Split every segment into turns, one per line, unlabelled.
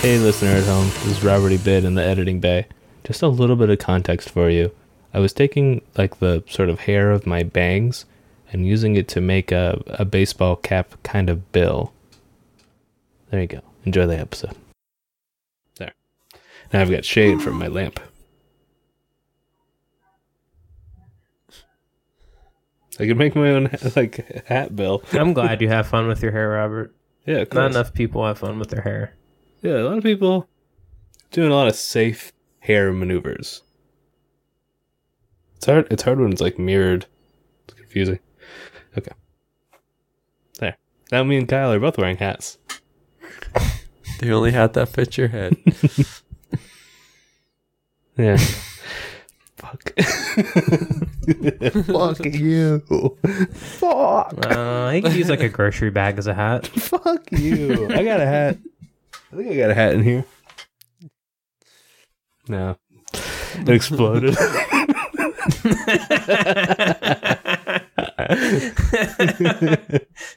Hey, listener at home, this is Robert E. Bid in the editing bay. Just a little bit of context for you. I was taking like the sort of hair of my bangs and using it to make a, a baseball cap kind of bill. There you go. Enjoy the episode. There. Now I've got shade from my lamp. I can make my own like hat bill.
I'm glad you have fun with your hair, Robert.
Yeah, of
Not
course.
enough people have fun with their hair.
Yeah, a lot of people doing a lot of safe hair maneuvers. It's hard. It's hard when it's like mirrored. It's confusing. Okay. There. Now me and Kyle are both wearing hats.
The only hat that fits your head.
Yeah. Fuck. Fuck you. Fuck.
Uh, I could use like a grocery bag as a hat.
Fuck you. I got a hat. I think I got a hat in here. No. It exploded.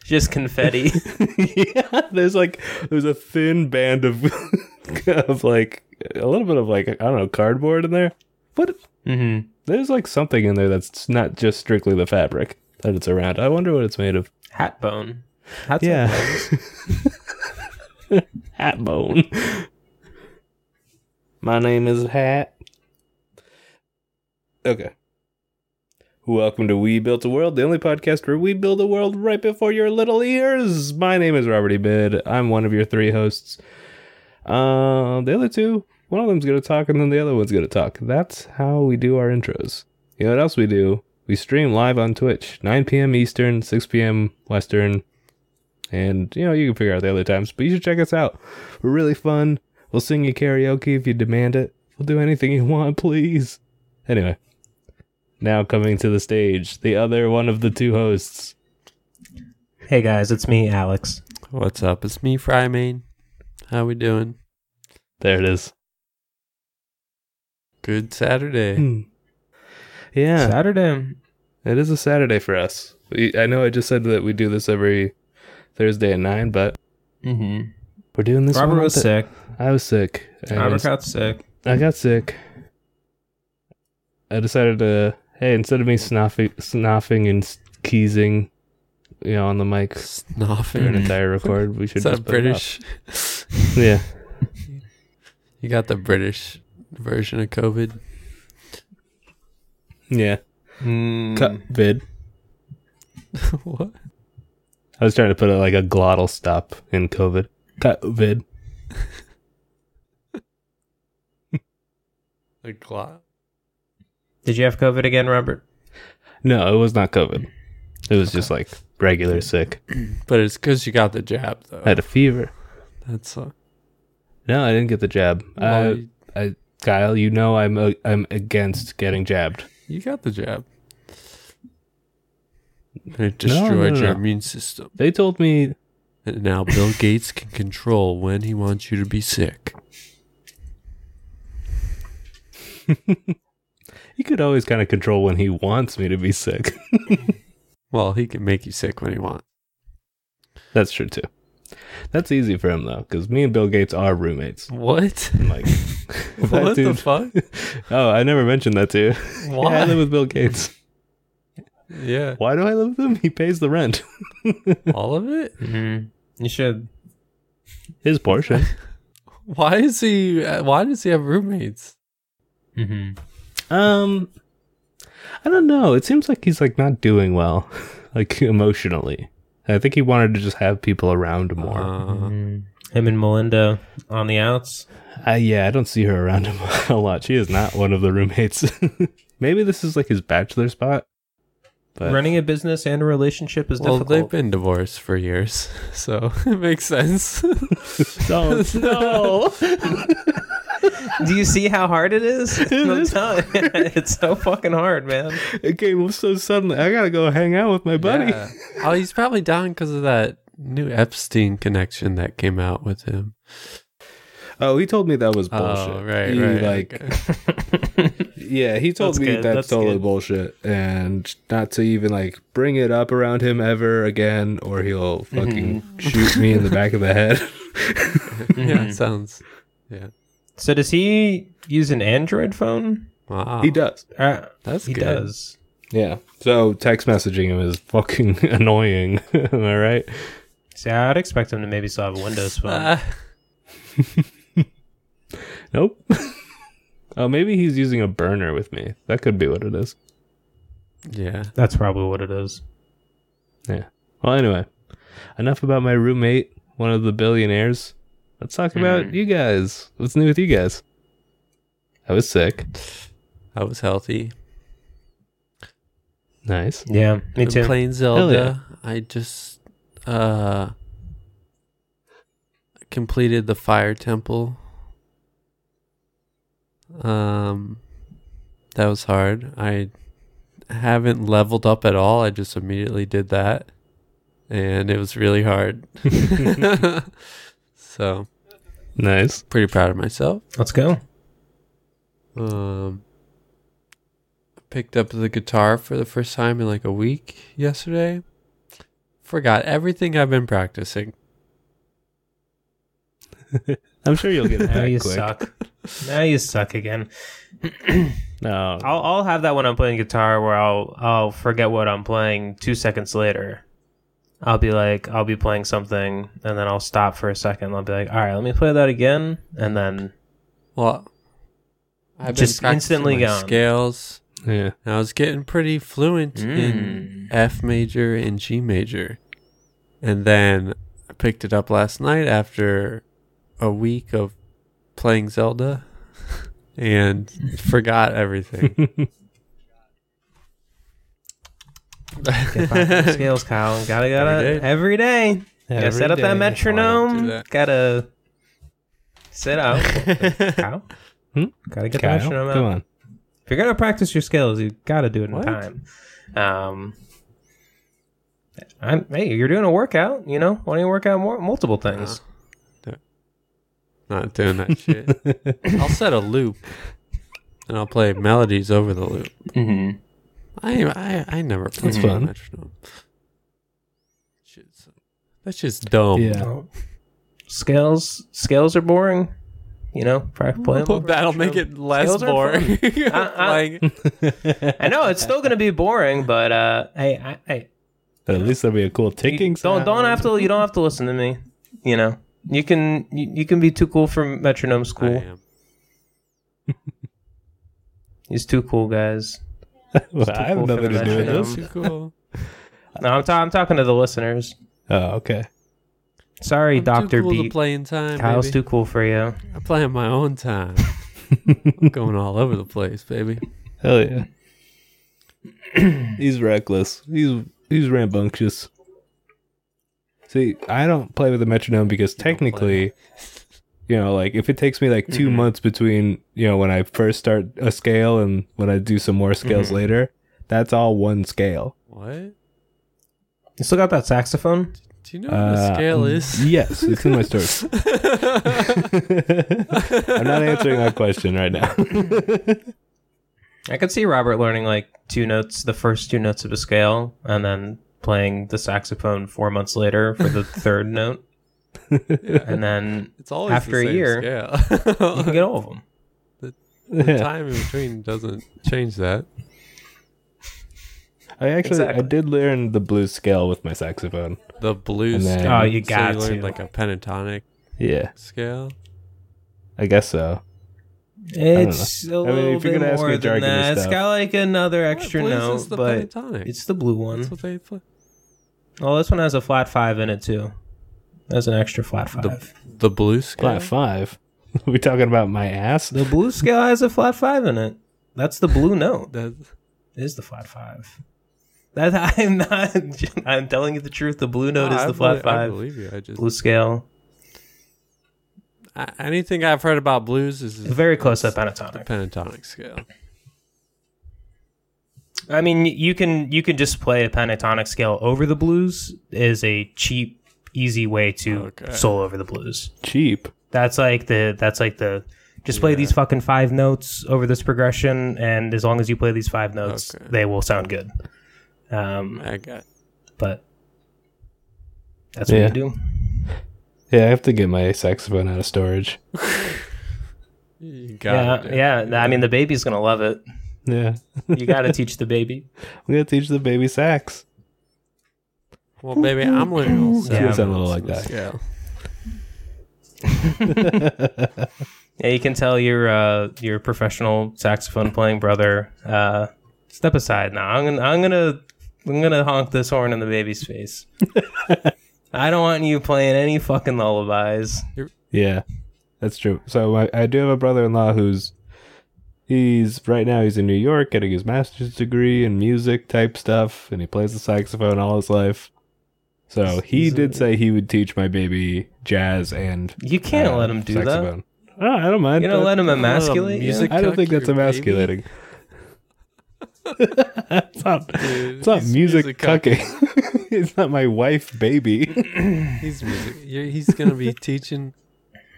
Just confetti.
yeah, there's like there's a thin band of of like a little bit of like I don't know cardboard in there. What
hmm
there's like something in there that's not just strictly the fabric that it's around. I wonder what it's made of.
Hat bone. Hats
yeah, hat bone. My name is Hat. Okay. Welcome to We Built a World, the only podcast where we build a world right before your little ears. My name is Robert E. Bid. I'm one of your three hosts. Uh, the other two, one of them's going to talk and then the other one's going to talk. That's how we do our intros. You know what else we do? We stream live on Twitch, 9 p.m. Eastern, 6 p.m. Western. And, you know, you can figure out the other times, but you should check us out. We're really fun. We'll sing you karaoke if you demand it. We'll do anything you want, please. Anyway. Now coming to the stage, the other one of the two hosts.
Hey guys, it's me, Alex.
What's up? It's me, Frymain. How we doing?
There it is.
Good Saturday.
Hmm. Yeah,
Saturday.
it is a Saturday for us. We, I know I just said that we do this every Thursday at nine, but
hmm
we're doing this.
Robert
one
was
th-
sick.
I was sick. and
Robert got sick.
I got sick. I decided to hey, instead of me snoffing, snoffing and s- keezing, you know, on the mic for an
Snoffing.
entire record, we should
Mm. Is
just
that
put it up.
British?
Yeah,
you got the British version of COVID.
yeah.
Mm.
Cut vid.
what?
I was trying to put a, like a glottal stop in COVID. COVID.
A glot?
Did you have COVID again, Robert?
No, it was not COVID. It was just like regular sick.
But it's because you got the jab, though.
I had a fever.
That's uh,
No, I didn't get the jab.
well,
I,
you-
I, Kyle, you know I'm uh, I'm against getting jabbed.
you got the jab. It destroyed
no,
your
no.
immune system.
They told me
And now Bill Gates can control when he wants you to be sick.
he could always kind of control when he wants me to be sick.
Well, he can make you sick when he wants.
That's true too. That's easy for him though, because me and Bill Gates are roommates.
What?
I'm like, that
What the
dude-
fuck?
oh, I never mentioned that to you.
Why?
Yeah, I live with Bill Gates.
Yeah.
Why do I live with him? He pays the rent.
All of it?
Mm-hmm. You should.
His portion.
Why is he uh, why does he have roommates?
Mm-hmm.
Um, I don't know. It seems like he's like not doing well, like emotionally. I think he wanted to just have people around more.
Uh,
Mm. Him and Melinda on the outs.
I, yeah, I don't see her around him a lot. She is not one of the roommates. Maybe this is like his bachelor spot. But
Running a business and a relationship is
well, they've
difficult.
been divorced for years, so it makes sense.
don't no.
Do you see how hard it is? I'm
is
telling you, it's so fucking hard, man.
it came so suddenly. I gotta go hang out with my buddy.
Yeah. Oh, he's probably down because of that new Epstein connection that came out with him.
Oh, he told me that was bullshit.
Oh, right,
He,
right.
Like
okay.
yeah, he told
That's
me
good,
that's,
that's
total
good.
bullshit, and not to even like bring it up around him ever again, or he'll fucking shoot me in the back of the head.
Yeah, it sounds. Yeah.
So does he use an Android phone?
Wow.
He does.
Uh,
That's
he
good.
does.
Yeah. So text messaging him is fucking annoying. Am I right?
See, I'd expect him to maybe still have a Windows phone.
Uh,
Nope. oh, maybe he's using a burner with me. That could be what it is.
yeah.
That's probably what it is.
Yeah. Well, anyway, enough about my roommate, one of the billionaires. Let's talk
Hmm.
about you guys. What's new with you guys? I was sick.
I was healthy.
Nice.
Yeah, me
Been
too.
Playing Zelda. I just uh completed the fire temple. Um that was hard. I haven't leveled up at all. I just immediately did that. And it was really hard. so
Nice.
pretty proud of myself.
Let's go.
Um, picked up the guitar for the first time in like a week yesterday. Forgot everything I've been practicing.
I'm sure you'll get it
Now
back
you
quick.
suck. now you suck again.
No.
I'll I'll have that when I'm playing guitar where I'll I'll forget what I'm playing two seconds later. I'll be like I'll be playing something and then I'll stop for a second. and I'll be like, all right, let me play that again, and then
Well, I've
Just
practicing
instantly
my
gone.
scales.
Yeah.
And I was getting pretty fluent in
Mm.
F major and G major, and then I picked it up last night after a week of playing Zelda, and forgot everything.
get back to the scales, Kyle. And gotta gotta
Every day.
every day. gotta set up that metronome.
do that.
Gotta sit up, Kyle.
Hmm?
Gotta get
Kyle,
the metronome out.
come on.
If you're gonna practice your skills, you gotta do it in
What?
time. Um, I'm, hey, you're doing a workout. You know, why don't you work out more, multiple things?
Not doing that shit. Uh-huh. I'll set a loop, and I'll play melodies over the loop.
Mm-hmm.
I I, I never play
That's
with a
fun.
metronome. Shit's, that shit's dumb.
Yeah.
Scales, scales are boring. You know, try to play 'em over
That'll
the
make
show.
it less
Scales are
boring.
I-
Like,
I know it's still gonna be boring, but uh, hey, I, hey,
At least that'd be a cool
you
ticking
don't don't have to. You don't have to listen to me. You know, you can you, you can be too cool for metronome
I
school.
am.
He's too cool, guys.
Well, I have
cool for
nothing
the
to do with
metronome.
this.
That's too cool.
No, I'm, ta- I'm talking to the listeners.
Oh, okay.
Sorry,
I'm
Doctor
too cool
Beat.
to play in time.
Kyle's
baby.
too cool for you.
I play in my own time. I'm going all over the place, baby.
Hell yeah. he's reckless. He's he's rambunctious. See, I don't play with a metronome because technically, you know, like if it takes me like 2 months between, you know, when I first start a scale and when I do some more scales later, that's all one scale.
What?
You still got that saxophone?
Do you know what a
Uh,
scale
um,
is?
Yes, it's in my store. I'm not answering that question right now.
I could see Robert learning like two notes, the first two notes of a scale, and then playing the saxophone four months later for the third note, and then
It's always
After a
the same
year, you can
Scale.
get all of them.
the
Yeah.
time in between doesn't change that.
I actually
Exactly.
I did learn the blues scale with my saxophone.
The blues.
And then-
scale.
Oh,
you got
so you learned
to.
like a pentatonic
Yeah,
scale.
I guess so.
It's
I
a
mean, if
little
you're
bit
gonna ask
more
me
than
jargony
that. It's
stuff-
got like another extra
What blues
note,
is the
but
pentatonic.
it's the blue one.
That's what they play.
oh, this one has a flat five in it too. That's an extra flat five.
The, the blue scale.
Flat five. Are we talking about my ass?
the blue scale has a flat five in it. That's the blue note.
That's-
is the flat five. That I'm not. I'm telling you the truth. The blue note
No,
is
I
the flat
belie- I
five.
believe you. I just
Blue scale,
I, anything I've heard about blues is
very close to
is
the pentatonic.
pentatonic scale.
I mean, you can you can just play a pentatonic scale over the blues is a cheap, easy way to
Okay.
solo over the blues.
Cheap.
That's like the that's like the Just play
Yeah.
these fucking five notes over this progression, and as long as you play these five notes,
Okay.
they will sound good. Um,
I got
but that's what
Yeah.
you do.
Yeah, I have to get my saxophone out of storage.
you got
Yeah, yeah. I mean, the baby's gonna love it.
Yeah.
You gotta teach the baby.
I'm gonna teach the baby sax.
Well, baby, I'm learning all
Yeah,
seven
sound a little
notes
like
on the
that.
scale.
Yeah, you can tell your uh, your professional saxophone playing brother. Uh, step aside now. I'm gonna I'm gonna I'm gonna honk this horn in the baby's face. I don't want you playing any fucking lullabies.
Yeah, that's true. So I, I do have a brother-in-law who's he's right now he's in New York getting his master's degree in music type stuff, and he plays the saxophone all his life. So he
He's a-
did say he would teach my baby jazz and
You can't
uh,
let him do
saxophone. Oh, I don't
that.
mind.
You don't
but
let him emasculate. you?
music-
I don't think
Cuck
that's
your baby.
emasculating. it's not.
Dude,
It's not
he's
music,
cuck.
cucking. it's not my wife, baby.
He's music. You're, he's gonna be teaching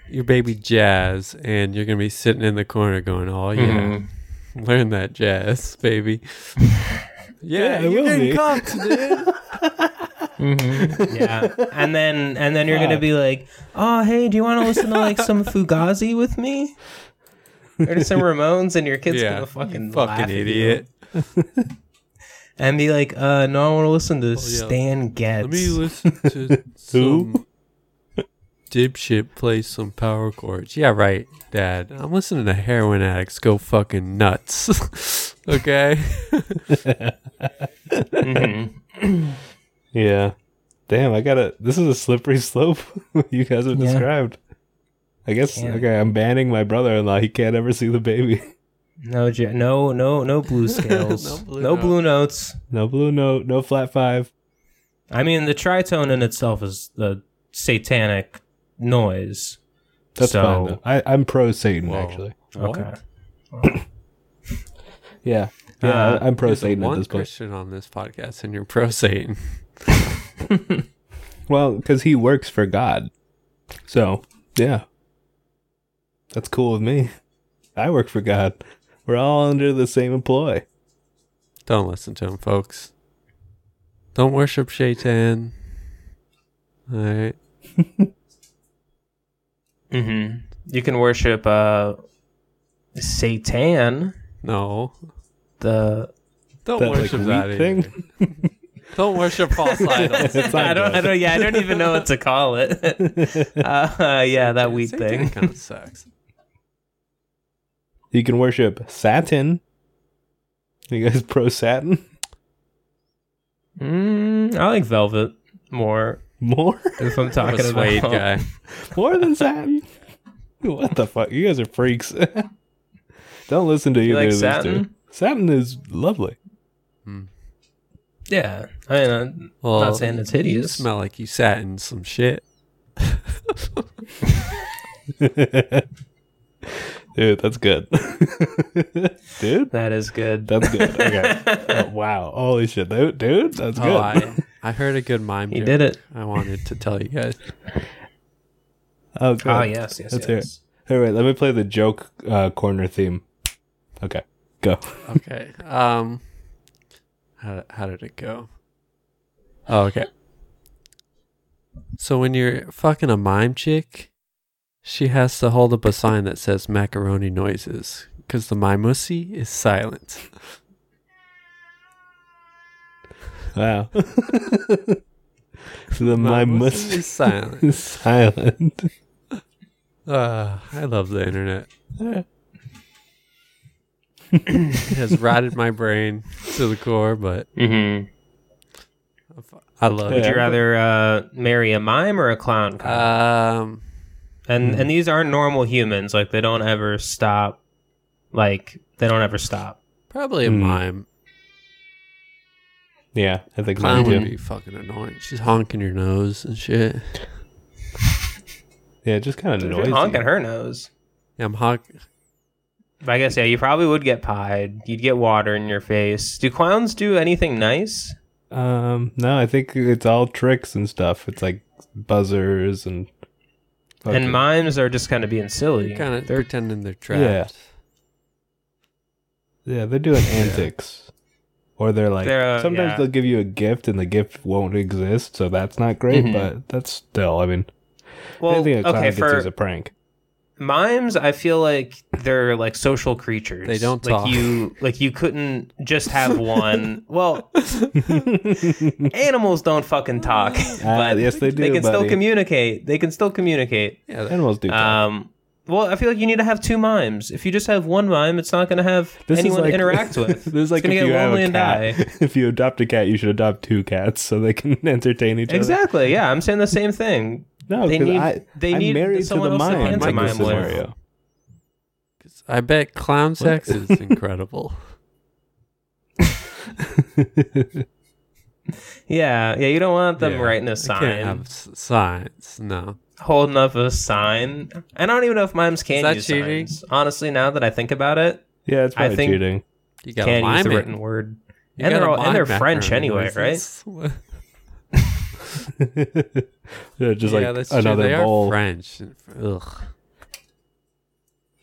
your baby jazz, and you're gonna be sitting in the corner going, "Oh yeah,
Mhm.
learn that jazz, baby."
Yeah,
yeah,
I
you
will
getting
be.
cucked, dude.
yeah, and then and then you're gonna be like, oh hey, do you want to listen to like some Fugazi with me? Or to some Ramones, and your kid's
yeah,
gonna fucking
you
laugh at
fucking
you.
idiot.
and be like, uh, no, I want to listen to Stan
Let me
Getz.
listen to some dipshit play some power chords. Yeah, right, Dad. I'm listening to heroin addicts go fucking nuts. okay.
Mhm.
Yeah. Damn, I gotta. This is a slippery slope you guys have
Yeah.
described. I guess,
Can't.
okay, I'm banning my brother in law. He can't ever see the baby.
No, ja- no, no, no blue scales, no,
No
blue,
blue
notes.
No blue note, no flat five.
I mean, the tritone in itself is the satanic noise.
That's
So-
fine, though. I, I'm pro Satan,
Whoa.
actually.
Okay.
Yeah. Yeah,
Uh,
I- I'm pro
There's
Satan at
one
this point.
Christian on this podcast, and you're pro Satan.
Well, because he works for God. So, yeah. That's cool with me. I work for God. We're all under the same employ.
Don't listen to him, folks. Don't worship Shaitan. All right.
hmm You can worship uh, Satan,
No.
the
Don't
That, like,
worship
wheat
that either.
thing?
Don't worship false idols.
It's not
I don't, I
good.
don't, yeah, I don't even know what to call it. uh, yeah, that wheat
Satan
thing.
kind of sucks.
You can worship Satin. You guys pro Satin?
Mm, I like velvet more.
More?
If I'm
I'm
talking
a suede
about
guy.
More than satin? what the fuck? You guys are freaks. Don't listen to
You
either
like
of these two.
satin?
Satin is lovely.
Yeah. I mean,
Well,
Not saying it's
You
hideous.
smell like you sat in some shit.
Dude, that's good. Dude,
that is good.
that's good. Okay. Oh, wow. Holy shit. Dude, dude, that's good.
Oh, I, I heard a good mime.
He
joke.
did it.
I wanted to tell you guys.
oh, good.
Oh, yes, yes,
Let's hear
yes.
All right, let me play the joke uh, corner theme. Okay, go.
Okay. Um. How how did it go? Oh, okay. So when you're fucking a mime chick, she has to hold up a sign that says macaroni noises because the mimussy is silent.
Wow. the
Mimussy
mimus
is silent.
is silent.
Ah, I love the internet. it has rotted my brain to the core, but
Mm-hmm.
I love
Would
Yeah.
you rather uh, marry a mime or a clown?
it.
Kyle?
Um,
and
Hmm.
and these aren't normal humans. Like they don't ever stop. Like they don't ever stop.
probably a
Hmm.
mime.
Yeah, I think
Clown
mine
would
too.
be fucking annoying. She's honking your nose and shit.
Yeah, just kind of
You're
noisy.
honking her nose.
Yeah, I'm honk.
But I guess yeah, you probably would get pied. You'd get water in your face. Do clowns do anything nice?
Um, no, I think it's all tricks and stuff. It's like buzzers and Okay.
And mimes are just kind of being silly.
They're kind of
They're-
pretending they're trapped.
yeah, they're doing antics. Or they're like
They're, uh,
sometimes
yeah.
they'll give you a gift and the gift won't exist, so that's not great,
Mhm.
but that's still I mean
well,
anything a clown
okay,
gets you
for
is a prank.
mimes i feel like they're like social creatures
They don't
like
talk.
you like you couldn't just have one well
Uh,
animals don't fucking talk but
Ah, yes, they
they
do,
can still
buddy.
communicate they can still communicate
Yeah, they-
Animals do talk.
um well i feel like you need to have two mimes if you just have one mime it's not going to have
This is
anyone
like-
to interact with
this is like
it's going
if
to
you
get
have
lonely
a
and
cat.
die
If you adopt a cat, you should adopt two cats so they can entertain each other.
exactly yeah i'm saying the same thing
No,
They
'cause
need-
I,
they
I'm
need
married to
someone
the
else to
mime. in
pantomime
this
with.
scenario.
'cause I bet clown sex is incredible.
yeah yeah you don't want them
Yeah,
writing a
I
sign
can't have s- signs. No.
holding up a sign. I don't even know if mimes can
Is that
use
cheating?
signs. Honestly, now that I think about it,
Yeah, it's
I
probably
think-
cheating.
You got
can't use the written word. and they're all, and they're French anyway, right?
right?
yeah, just
yeah,
like
that's
another
true. They
bowl.
are French. Ugh.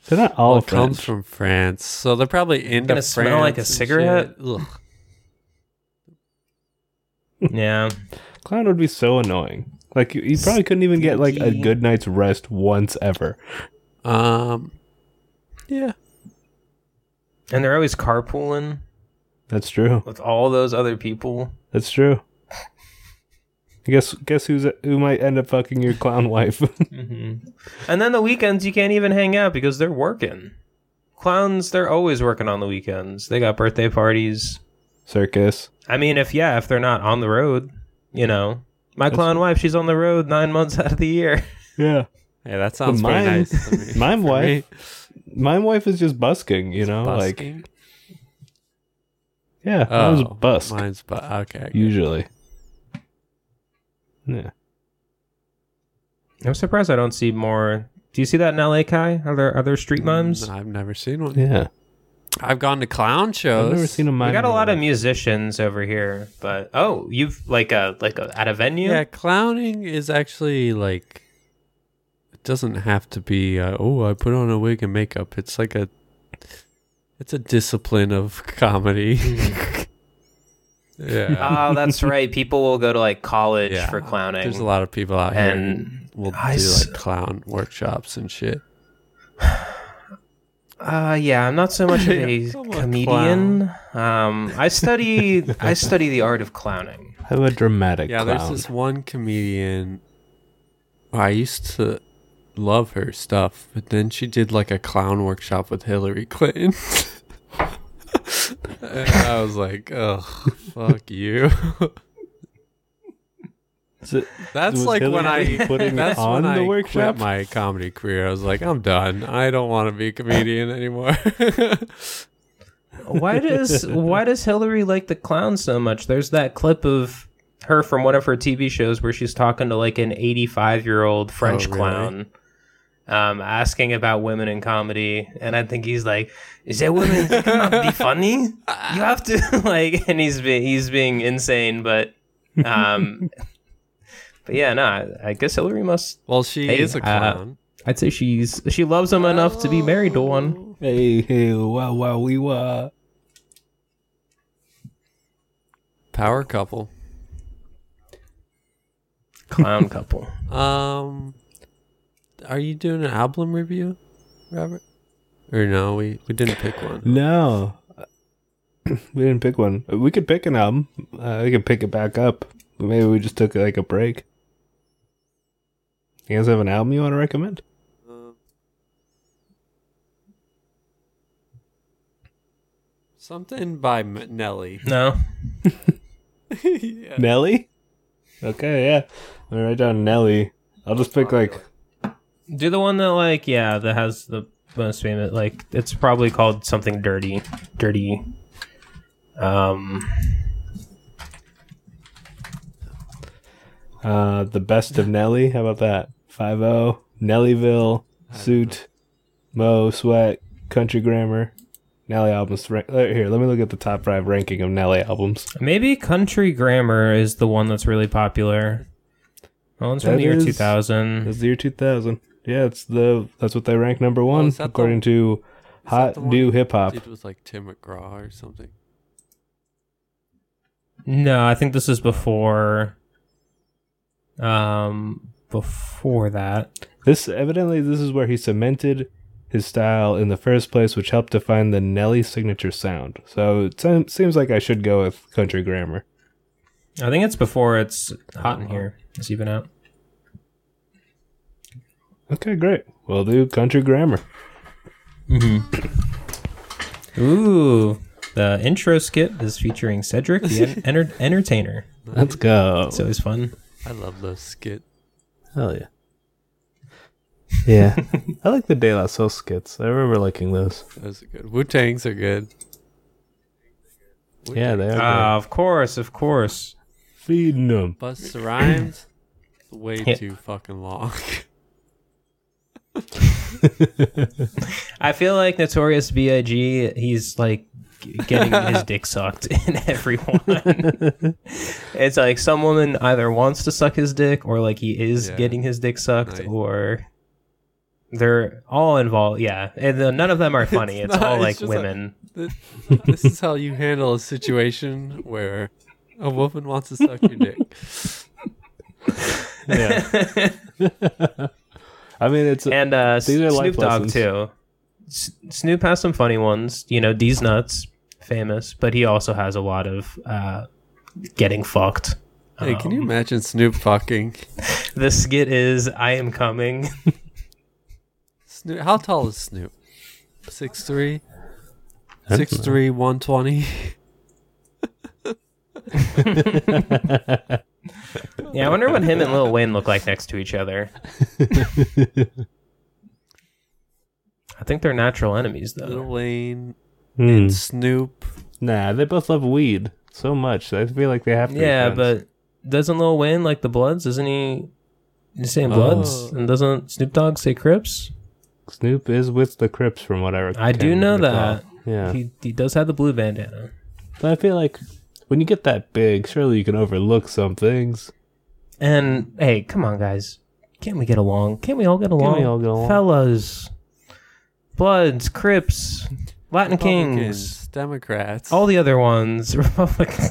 They're not
All
all
comes
French.
from France, so they're probably into
gonna
France.
smell like a
and
cigarette?
shit. Ugh.
yeah,
Clown would be so annoying. Like you, you probably couldn't even get like a
Stinky.
good night's rest once ever.
Um. Yeah.
and they're always carpooling
That's true.
with all those other people.
That's true. Guess guess who's who might end up fucking your clown wife?
Mm-hmm. And then the weekends you can't even hang out because they're working. Clowns, they're always working on the weekends. They got birthday parties.
Circus.
I mean, if yeah, if they're not on the road, you know. My
That's-
clown wife, she's on the road nine months out of the year.
Yeah.
Yeah, that sounds
mime-
pretty nice. To me.
Mime
For me,
wife. Mime wife is just busking. You know, Oh, like
busking. Oh,
yeah, mine's busk
Mine's bu- okay.
usually. Yeah.
I'm surprised I don't see more. Do you see that in LA, Kai? Are there are there street mimes?
Mm, No, I've never seen one.
Yeah.
I've gone to clown shows.
I've never seen a mime.
We got a
in my
lot of
life.
musicians over here, but oh, you've like a like a at a venue.
Yeah, clowning is actually like it doesn't have to be. Uh, oh, I put on a wig and makeup. It's like a it's a discipline of comedy. yeah,
oh, that's right. People will go to like college
Yeah.
for clowning.
there's a lot of people out here and
and
will do
I s-
like clown workshops and shit.
uh, yeah, I'm not so much of a
I'm a
comedian. Um, I study I study the art of clowning.
I'm a dramatic
Yeah,
clown.
there's this one comedian. I used to love her stuff, but then she did like a clown workshop with Hillary Clinton. and I was like, oh, fuck you.
Is it-
That's
was
like when
Hillary
I
putting
that's
on
when
the
I
workshop?
quit my comedy career. I was like, I'm done. I don't want to be a comedian anymore.
Why does why does Hillary like the clown so much? There's that clip of her from one of her TV shows where she's talking to like an 85 year old French
Oh, really?
clown, um, asking about women in comedy, and I think he's like, "Is there women that cannot be funny? You have to like," and he's be, he's being insane, but um, but yeah, no, I, I guess Hillary must.
well, she
Hey,
is a
uh,
clown.
I'd say she's she loves him enough to be married to one.
Hey, hey, wow, wow, we wah.
Power couple.
Clown couple.
Um, are you doing an album review, Robert? Or no, we we didn't pick one.
No. we didn't pick one. We could pick an album. Uh, we could pick it back up. Maybe we just took like a break. You guys have an album you want to recommend?
Something by M- Nelly.
No,
yeah.
Nelly? Okay, yeah. I'm gonna write down Nelly. I'll just pick like
Do the one that like yeah that has the most famous like it's probably called something dirty, dirty. Um,
uh the best of Nelly. How about that? Five O, Nellyville, Suit, Mo, Sweat, Country Grammar, Nelly albums. Right Here, let me look at the top five ranking of Nelly albums.
maybe country grammar is the one that's really popular. Well, it's from
That
the year
is-
2000.
That's the year 2000. Yeah, it's the that's what they rank number
Hmm. Oh,
one
is that the-
according to
that
Hot
the one
New
you
Hip Hop.
Did with like Tim McGraw or something.
No, I think this is before. Um, before that,
This evidently this is where he cemented his style in the first place, which helped define the Nelly signature sound. So it se- seems like I should go with Country Grammar.
I think it's before it's hot in here. It's even out.
Okay, great. We'll do Country Grammar. Mm-hmm.
Ooh, the intro skit is featuring Cedric, the en- enter- entertainer.
Let's go.
It's always fun.
I love those skit.
Hell yeah. Yeah, I like the De La Soul skits. I remember liking those.
Those are good. Wu Tangs are good.
Yeah, they are.
Ah, of course, of course.
Feeding them.
Busta Rhymes, it's way
Yeah.
too fucking long.
I feel like Notorious B.I.G. He's like g- getting his dick sucked in everyone. it's like some woman either wants to suck his dick, or like he is
Yeah.
getting his dick sucked,
Nice.
or they're all involved. Yeah, and then none of them are funny. it's
not-
all
it's
like
just like-
women.
Th- this is how you handle a situation where a woman wants to suck your dick.
Yeah. I mean, it's
and uh,
These are life
Snoop Dogg
lessons.
too. S- Snoop has some funny ones, you know. D's nuts, famous, but he also has a lot of uh, getting fucked.
Hey, can you
Um,
imagine Snoop fucking?
The skit is "I am coming."
Snoop, how tall is Snoop? Six three.
I don't
Six three, one twenty.
Yeah, I wonder what him and Lil Wayne look like next to each other. I think they're natural enemies,
Little
though.
Wayne,
Hmm.
Snoop.
Nah, they both love weed so much. I feel like they have to. be
Yeah,
friends.
but doesn't Lil Wayne like the Bloods? Isn't he? He's saying Bloods,
Oh.
and doesn't Snoop Dogg say Crips?
Snoop is with the Crips, from what I recall.
I do know that.
Yeah,
He he does have the blue bandana.
but I feel like when you get that big, surely you can overlook some things.
And hey, come on, guys. Can't we get along? Can't we all get along?
we all get along?
Fellas, Bloods, Crips, Latin Kings,
Republicans, Democrats.
all the other ones, Republicans.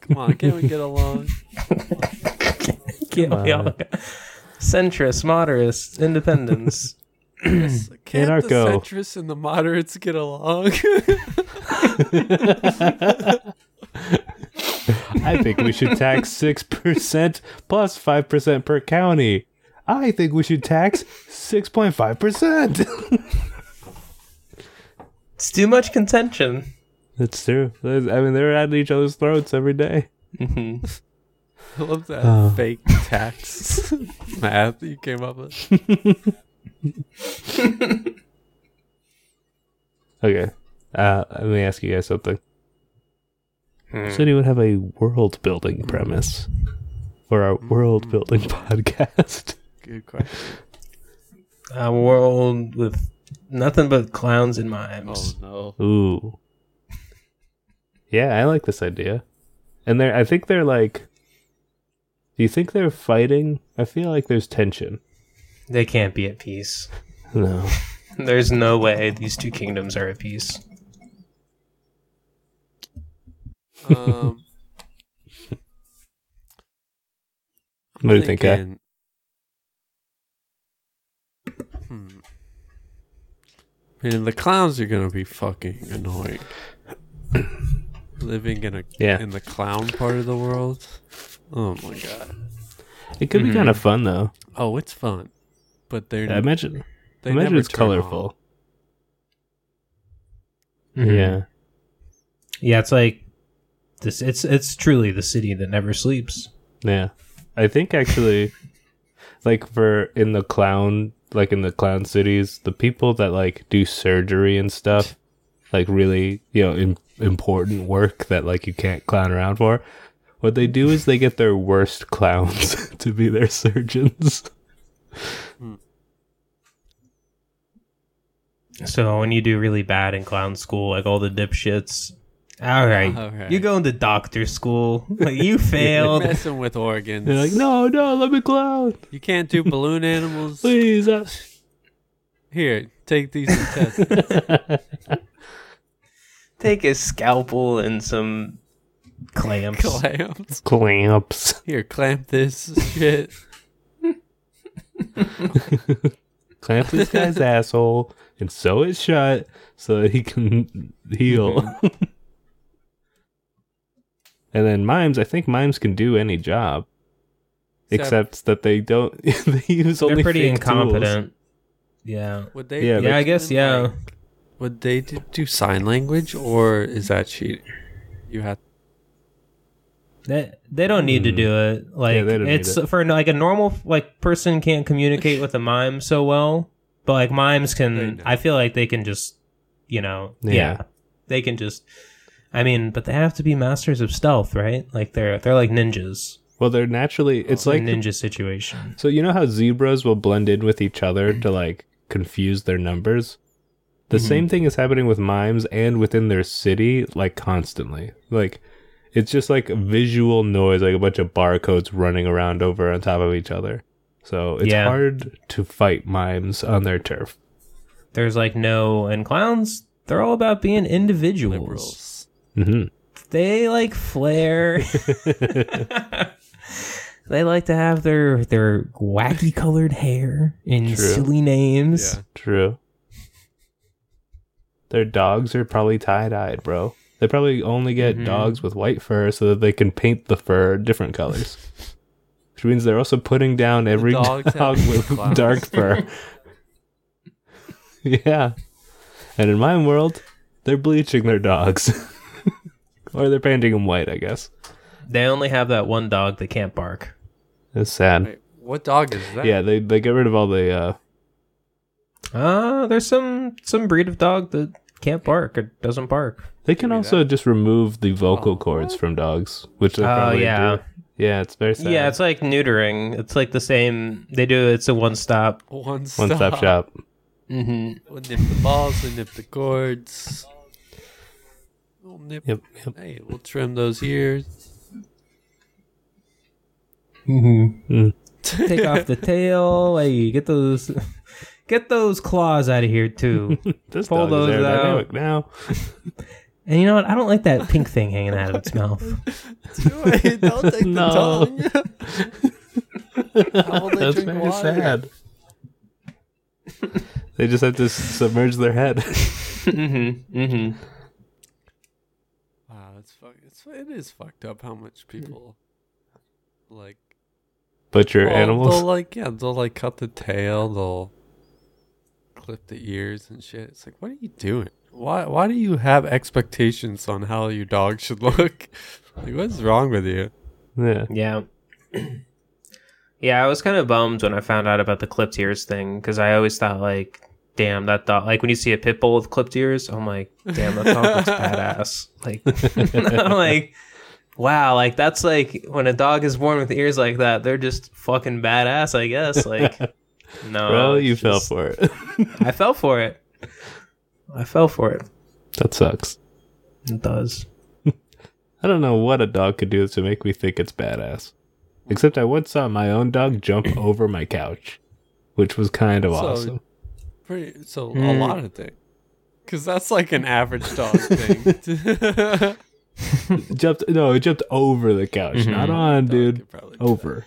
Come on, can't we get along?
Can't we all
on.
Centrists, moderates, independents.
Yes, Can't
Anarcho.
the centrists and the moderates get along?
I think we should tax six percent plus five percent per county. I think we should tax six point five percent.
It's too much contention.
That's true. I mean, they're at each other's throats every day.
Mhm.
I love that
Oh.
fake tax math that you came up with.
Okay. Uh, let me ask you guys something.
Hmm.
City would have a world building premise for our
Hmm.
world building podcast.
Good question.
A world with nothing but clowns and
Oh
mimes.
no.
Ooh. Yeah, I like this idea. And they're I think they're like Do you think they're fighting? I feel like there's tension.
They can't be at peace.
No.
There's no way these two kingdoms are at peace.
Um,
What do you think, Guy?
thinking- Hmm. Man, the clowns are gonna be fucking annoying. Living in a
Yeah.
in the clown part of the world. Oh my god.
It could
Mhm.
Mm-hmm.
be kind of fun though.
Oh, it's fun, but they're
I imagine
they
imagine
never
it's
turn on.
colorful.
Mm-hmm.
Yeah.
Mm-hmm. Yeah, it's like this. It's it's truly the city that never sleeps.
Yeah. I think actually like for in the clown like in the clown cities, the people that like do surgery and stuff, like really, you know, im important work that like you can't clown around for, what they do is they get their worst clowns to be their surgeons.
So when you do really bad in clown school, like all the dipshits All right.
All right.
You go into doctor school. Like you failed.
Messing with organs.
They're like, no, no, let me clown,
You can't do balloon animals.
please. uh."
Here, take these and test.
Take a scalpel and some clamps.
Clamps.
Clamps.
Here, clamp this shit.
Clamp this guy's asshole and sew it shut so that he can heal. and then mimes, I think mimes can do any job.
Except-
Except that they don't. They use
They're
only
pretty
fake tools.
incompetent. Yeah.
Would they?
Yeah,
do
Yeah, I
something
guess yeah.
like- would they do, do sign language or is that cheating? You have.
They, they don't need to do it. Like
Hmm. Yeah, they don't need
it's
it.
for like a normal like person can't communicate with a mime so well, but like mimes
They
can.
know.
I feel like they can just, you know,
Yeah.
yeah. they can just. I mean, but they have to be masters of stealth, right? Like they're they're like ninjas.
Well, they're naturally. It's
It's like
like
a ninja situation.
So you know how zebras will blend in with each other to like confuse their numbers? The same thing is happening with mimes and within their city, like constantly. Like it's just like visual noise, like a bunch of barcodes running around over on top of each other. So it's
Yeah.
hard to fight mimes on their turf.
There's like no and clowns. They're all about being individuals.
liberals.
hmm
They like flair. they like to have their their wacky colored hair and
True.
silly names.
Yeah.
True. Their dogs are probably tie dyed, bro. They probably only get
Mm-hmm.
Mhm.
dogs with white fur so that they can paint the fur different colors. Which means they're also putting down every
dogs
dog
have
with
clowns.
dark fur. yeah. And in my world, they're bleaching their dogs. or they're painting them white, I guess.
They only have that one dog that can't bark.
It's sad.
Wait, what dog is that?
Yeah, they, they get rid of all the uh,
Uh there's some some breed of dog that can't bark or doesn't bark.
They can
Maybe
also just remove the vocal
Oh,
cords
what?
from dogs, which they
Oh,
probably
yeah.
do. Yeah, it's very sad.
Yeah, it's like neutering. It's like the same. They do. It's a one stop.
One stop,
one stop shop.
Mm-hmm.
We'll nip the balls, we'll nip the cords. We'll nip.
Yep, yep.
Hey, we'll trim those ears.
Mm-hmm.
Mm.
Take off the tail. Hey, get those, get those claws out of here too.
This
Pull
dog is
those
aerodynamic now.
And you know what? I don't like that pink thing hanging out of its mouth.
Don't take the
No.
How will they
That's
drink
very
water?
sad. they just have to s- submerge their head.
mm-hmm. Mm-hmm.
Wow, it's fuck. It's it is fucked up how much people like
Butcher
well, They'll
animals.
like yeah, they'll like cut the tail. They'll clip the ears and shit. It's like, what are you doing? Why why do you have expectations on how your dog should look? like, what's wrong with you?
Yeah.
Yeah. yeah, I was kind of bummed when I found out about the clipped ears thing because I always thought like, damn, that dog. Like when you see a pit bull with clipped ears, I'm like, damn, that dog looks badass. Like, I'm like, wow, like that's like when a dog is born with ears like that, they're just fucking badass, I guess. Like, no,
Well, you
it's
fell
just-
for it.
I fell for it. I fell for it.
that sucks.
It does.
I don't know what a dog could do to make me think it's badass. Except I once saw my own dog jump over my couch, which was kind of
So-
awesome. Hmm.
Pretty so a
Mm.
lot of things. Cause that's like an average dog thing.
Jumped no, it jumped over the couch,
Mhm.
not on,
Mm-hmm. Dog
dude.
could probably do that.
over.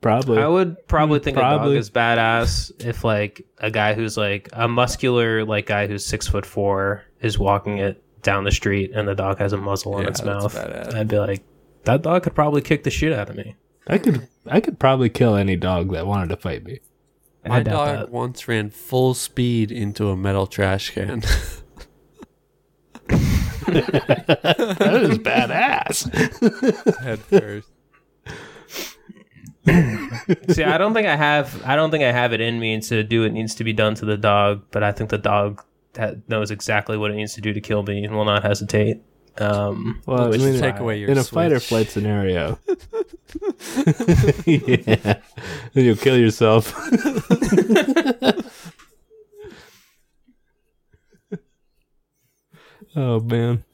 Probably. Mm,
I would probably think
probably.
a dog is badass if like a guy who's like a muscular like guy who's six foot four is walking it down the street and the dog has a muzzle on
Yeah,
its
that's
mouth.
badass.
I'd be like, that dog could probably kick the shit out of me.
I could I could probably kill any dog that wanted to fight me.
My
I doubt
dog once ran full speed into a metal trash can.
That is badass.
Head first.
that. See, I don't think I have. I don't think I have it in me to do what needs to be done to the dog. But I think the dog ha- knows exactly what it needs to do to kill me and will not hesitate. Um,
Well,
Let's
I mean,
take away your
in a fight or
switch.
flight scenario. yeah. Then you'll kill yourself. Oh man.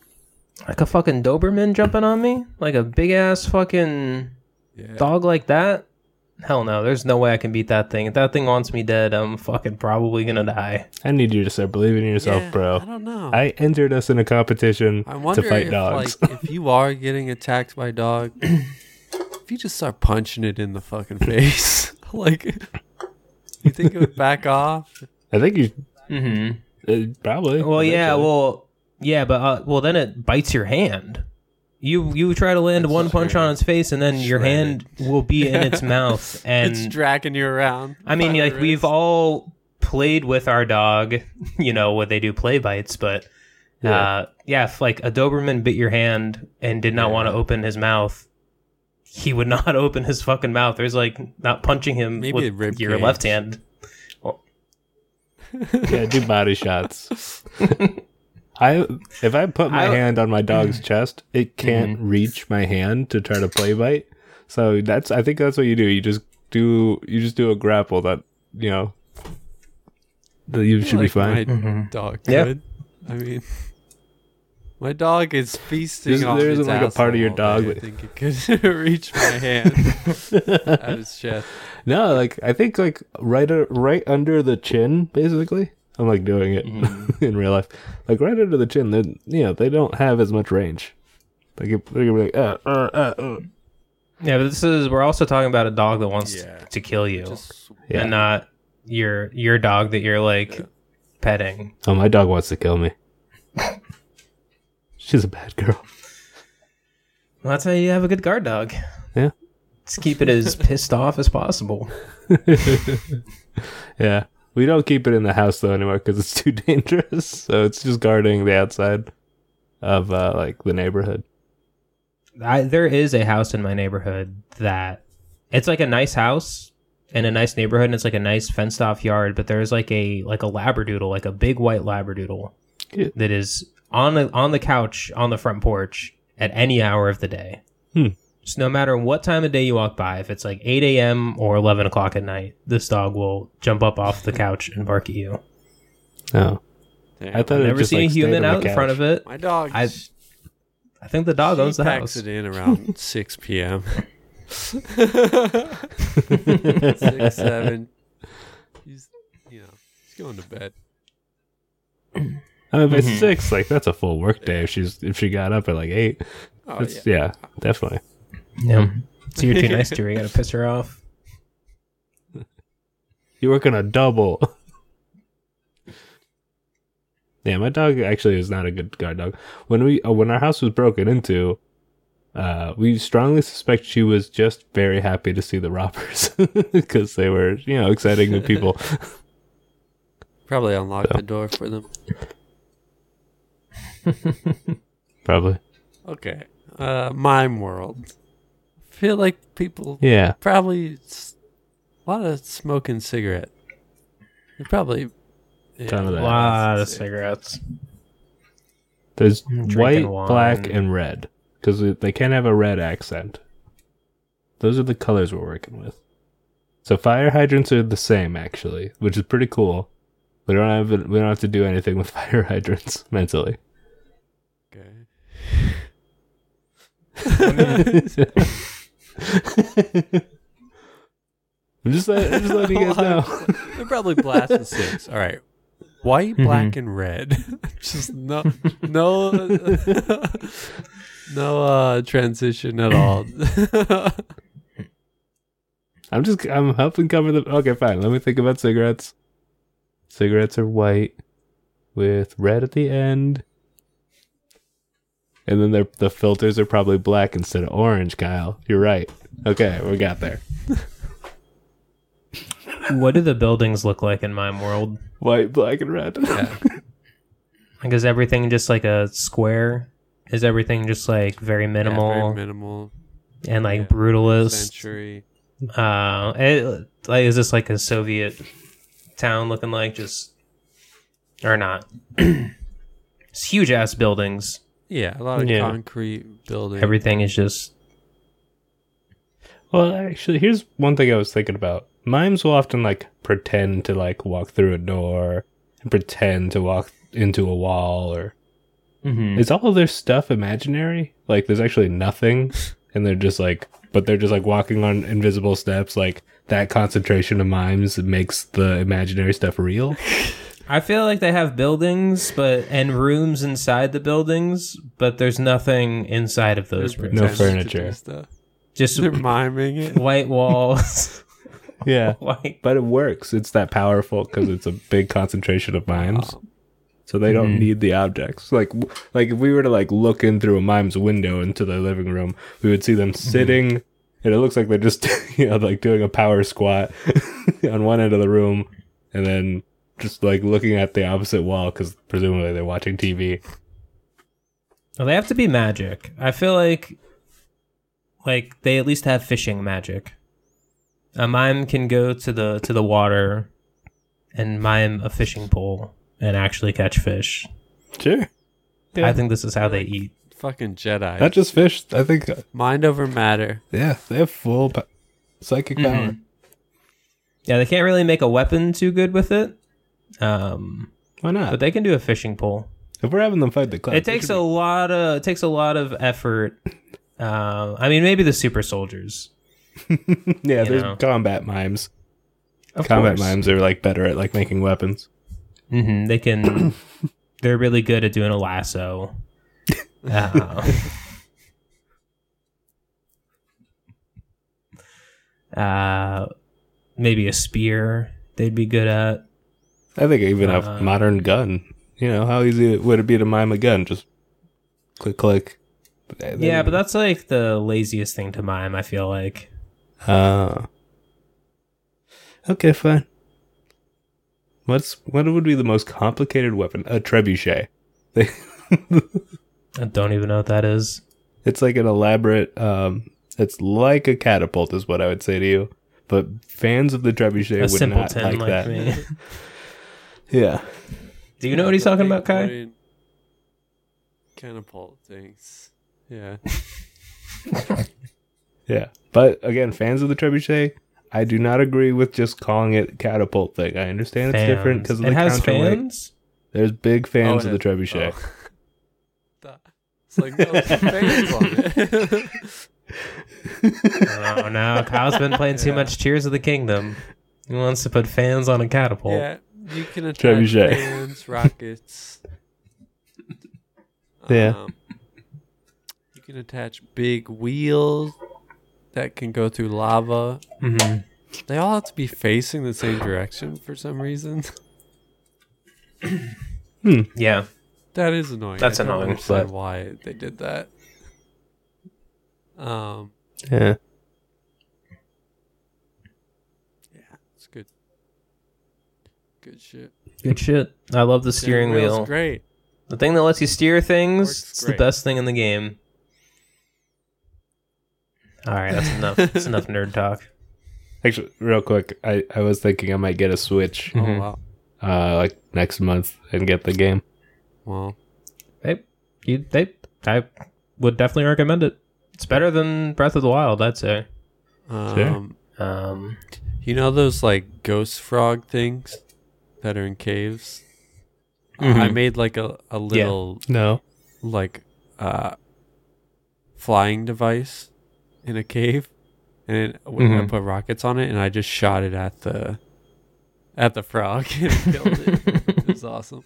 Like a fucking Doberman jumping on me? Like a big ass fucking
Yeah.
dog like that? Hell no, there's no way I can beat that thing. If that thing wants me dead, I'm fucking probably gonna die.
I need you to start believing in yourself,
Yeah,
bro.
I don't know.
I entered us in a competition
Oh. I wonder
to fight
if,
dogs.
like, if you are getting attacked by a dog, if you just start punching it in the fucking face, like, you think it would back off?
I think you
Mm-hmm.
uh, probably.
Well, yeah,
eventually.
well, yeah, but uh, well, then it bites your hand. You you try to land
That's
one punch
true.
on its face, and then your hand will be in its mouth. And
it's dragging you around.
I mean,
by the
like we've
wrist.
all played with our dog, you know, where they do play bites, but uh, yeah, if like a Doberman bit your hand and did not want to open his mouth, he would not open his fucking mouth. There's like not punching him
Maybe a
with
rib
your
cage.
left hand.
yeah, do body shots. I if I put my
I- Mm-hmm.
hand on my dog's chest, it can't reach my hand to try to play bite. So that's I think that's what you do. You just do you just do a grapple that you know that you should be
Like,
fine.
My
Mhm.
dog
Yeah.
could. I mean, my dog is feasting
There's-
on
there
its
isn't, like, a part of your
asshole all day.
dog
I think it could reach my hand at his chest.
No, like I think like right uh, right under the chin, basically. I'm like doing it in real life, like right under the chin. They you know they don't have as much range. They get they're gonna be like uh, uh, uh, uh.
Yeah, but this is we're also talking about a dog that wants
Yeah.
to kill you,
Just
yeah.
and not your your dog that you're like petting.
oh, my dog wants to kill me. She's a bad girl.
Well, that's how you have a good guard dog.
Yeah.
Just keep it as pissed off as possible.
Yeah, we don't keep it in the house though anymore because it's too dangerous. So it's just guarding the outside of uh, like the neighborhood.
I, there is a house in my neighborhood that it's like a nice house in a nice neighborhood and it's like a nice fenced off yard but there's like a like a labradoodle like a big white labradoodle
Yeah.
that is on the on the couch on the front porch at any hour of the day
Hmm.
so no matter what time of day you walk by if it's like 8 a.m or 11 o'clock at night this dog will jump up off the couch and bark at you
Oh, I
Damn.
thought
i've
it
never
just,
seen
like,
a
stayed on
human
the
out in front
couch.
of it
my dog.
I-
she
i think the dog owns the
packs
house
it in around 6 p.m. 6, 7. He's, you know, he's going to bed.
I mean, if it's
Mhm.
six, like that's a full work day. If she's if she got up at like eight,
Oh,
that's,
yeah.
yeah, definitely.
yeah so you're too nice to her you gotta piss her off
You're working a double. yeah, my dog actually was not a good guard dog. When we uh, when our house was broken into, uh, we strongly suspect she was just very happy to see the robbers because they were you know exciting new people.
Probably unlocked the door for them.
Probably.
Okay. Uh, mime world. feel like people
Yeah.
probably s- a lot of smoking cigarette. They probably yeah,
Ton of that.
lot of cigarettes.
There's white,
Drinking wine.
black, and red because they can't have a red accent. Those are the colors we're working with. So fire hydrants are the same actually, which is pretty cool. We don't have we don't have to do anything with fire hydrants mentally.
Okay.
I'm just, let, I'm just letting you guys know.
They're probably blasting six. All right. White,
Mm-hmm.
black, and red. Just no, no, no uh, transition at all.
I'm just I'm helping cover the. Okay, fine. Let me think about cigarettes. Cigarettes are white with red at the end, and then their the filters are probably black instead of orange. Kyle, you're right. Okay, we got there.
What do the buildings look like in Mime World?
White, black, and red.
Like, is everything just like a square? Is everything just like very minimal
Yeah, very minimal.
and like
yeah.
brutalist?
Century.
Uh, it, like, is this like a Soviet town looking like? Just or not? it's huge ass buildings.
Yeah, a lot of
Yeah.
concrete building.
Everything is just
Well, actually, here's one thing I was thinking about. Mimes will often like pretend to like walk through a door and pretend to walk into a wall or
Mm-hmm.
Is all of their stuff imaginary? Like, there's actually nothing, and they're just like, but they're just like walking on invisible steps. Like that concentration of mimes makes the imaginary stuff real.
I feel like they have buildings, but and rooms inside the buildings, but there's nothing inside of those rooms.
No
pretending to do
furniture.
Stuff.
Just
They're miming it.
white walls.
Yeah,
white.
but it works. It's that powerful because it's a big concentration of mimes.
Oh.
So they don't need the objects. Like, w- like if we were to like look in through a mime's window into their living room, we would see them sitting, and it looks like they're just you know like doing a power squat on one end of the room, and then just like looking at the opposite wall because presumably they're watching TV.
Well, they have to be magic. I feel like, like they at least have fishing magic. A mime can go to the to the water, and mime a fishing pole and actually catch fish.
Sure,
I think this is how they eat.
Fucking Jedi.
not just fish. I think uh,
Mind over matter.
yeah, they have full po- psychic
Mm-hmm.
power.
Yeah, they can't really make a weapon too good with it. Um,
Why not?
but they can do a fishing pole.
if we're having them fight the club,
it takes a lot of it takes a lot of effort. Um, I mean, maybe the super soldiers.
yeah.
you
There's
know.
combat mimes.
Of
combat
course.
mimes are like better at like making weapons.
hmm They can. they're really good at doing a lasso. Uh, uh, maybe a spear. They'd be good at.
I think even
Uh,
a modern gun. You know how easy it would it be to mime a gun? Just click, click.
Yeah, but that's like the laziest thing to mime. I feel like.
Uh, okay, fine. What's what would be the most complicated weapon? A trebuchet.
I don't even know what that is.
It's like an elaborate. Um, it's like a catapult, is what I would say to you. But fans of the trebuchet
a
would not
simpleton
like,
like,
that.
me.
Yeah,
Do you know what he's talking about, Kai?
Catapult things. Yeah.
yeah. But again, fans of the trebuchet. I do not agree with just calling it catapult thing. I understand it's different because of
it
the
has
counterweight.
fans.
There's big fans
Oh,
of the
it-
trebuchet.
oh. That- it's like no fans on it.
oh no, Kyle's been playing too
Yeah.
much Cheers of the Kingdom. He wants to put fans on a catapult.
yeah, you can attract
Trebuchet.
fans, rockets.
Yeah.
Um, you can attach big wheels that can go through lava.
Mhm.
They all have to be facing the same direction for some reason.
Yeah.
That is annoying.
That's
I don't
annoying,
Understand
but-
why they did that? Um,
Yeah.
it's good. Good shit.
Good shit. I love the steering
Steering wheel's
wheel.
Great.
The thing that lets you steer things,
Works
it's
great.
the best thing in the game. All right, that's enough. that's enough nerd talk.
Actually, real quick, I, I was thinking I might get a Switch
Oh
Mhm.
wow.
uh like next month and get the game.
Well,
They, you, they, I would definitely recommend it. It's better than Breath of the Wild, I'd say.
um,
Sure.
Um,
You know those like ghost frog things that are in caves? I
Mm-hmm.
Mhm.
made like a, a little
No.
like uh flying device in a cave and it, when I
Mhm.
put rockets on it and I just shot it at the at the frog and it killed it. it was awesome.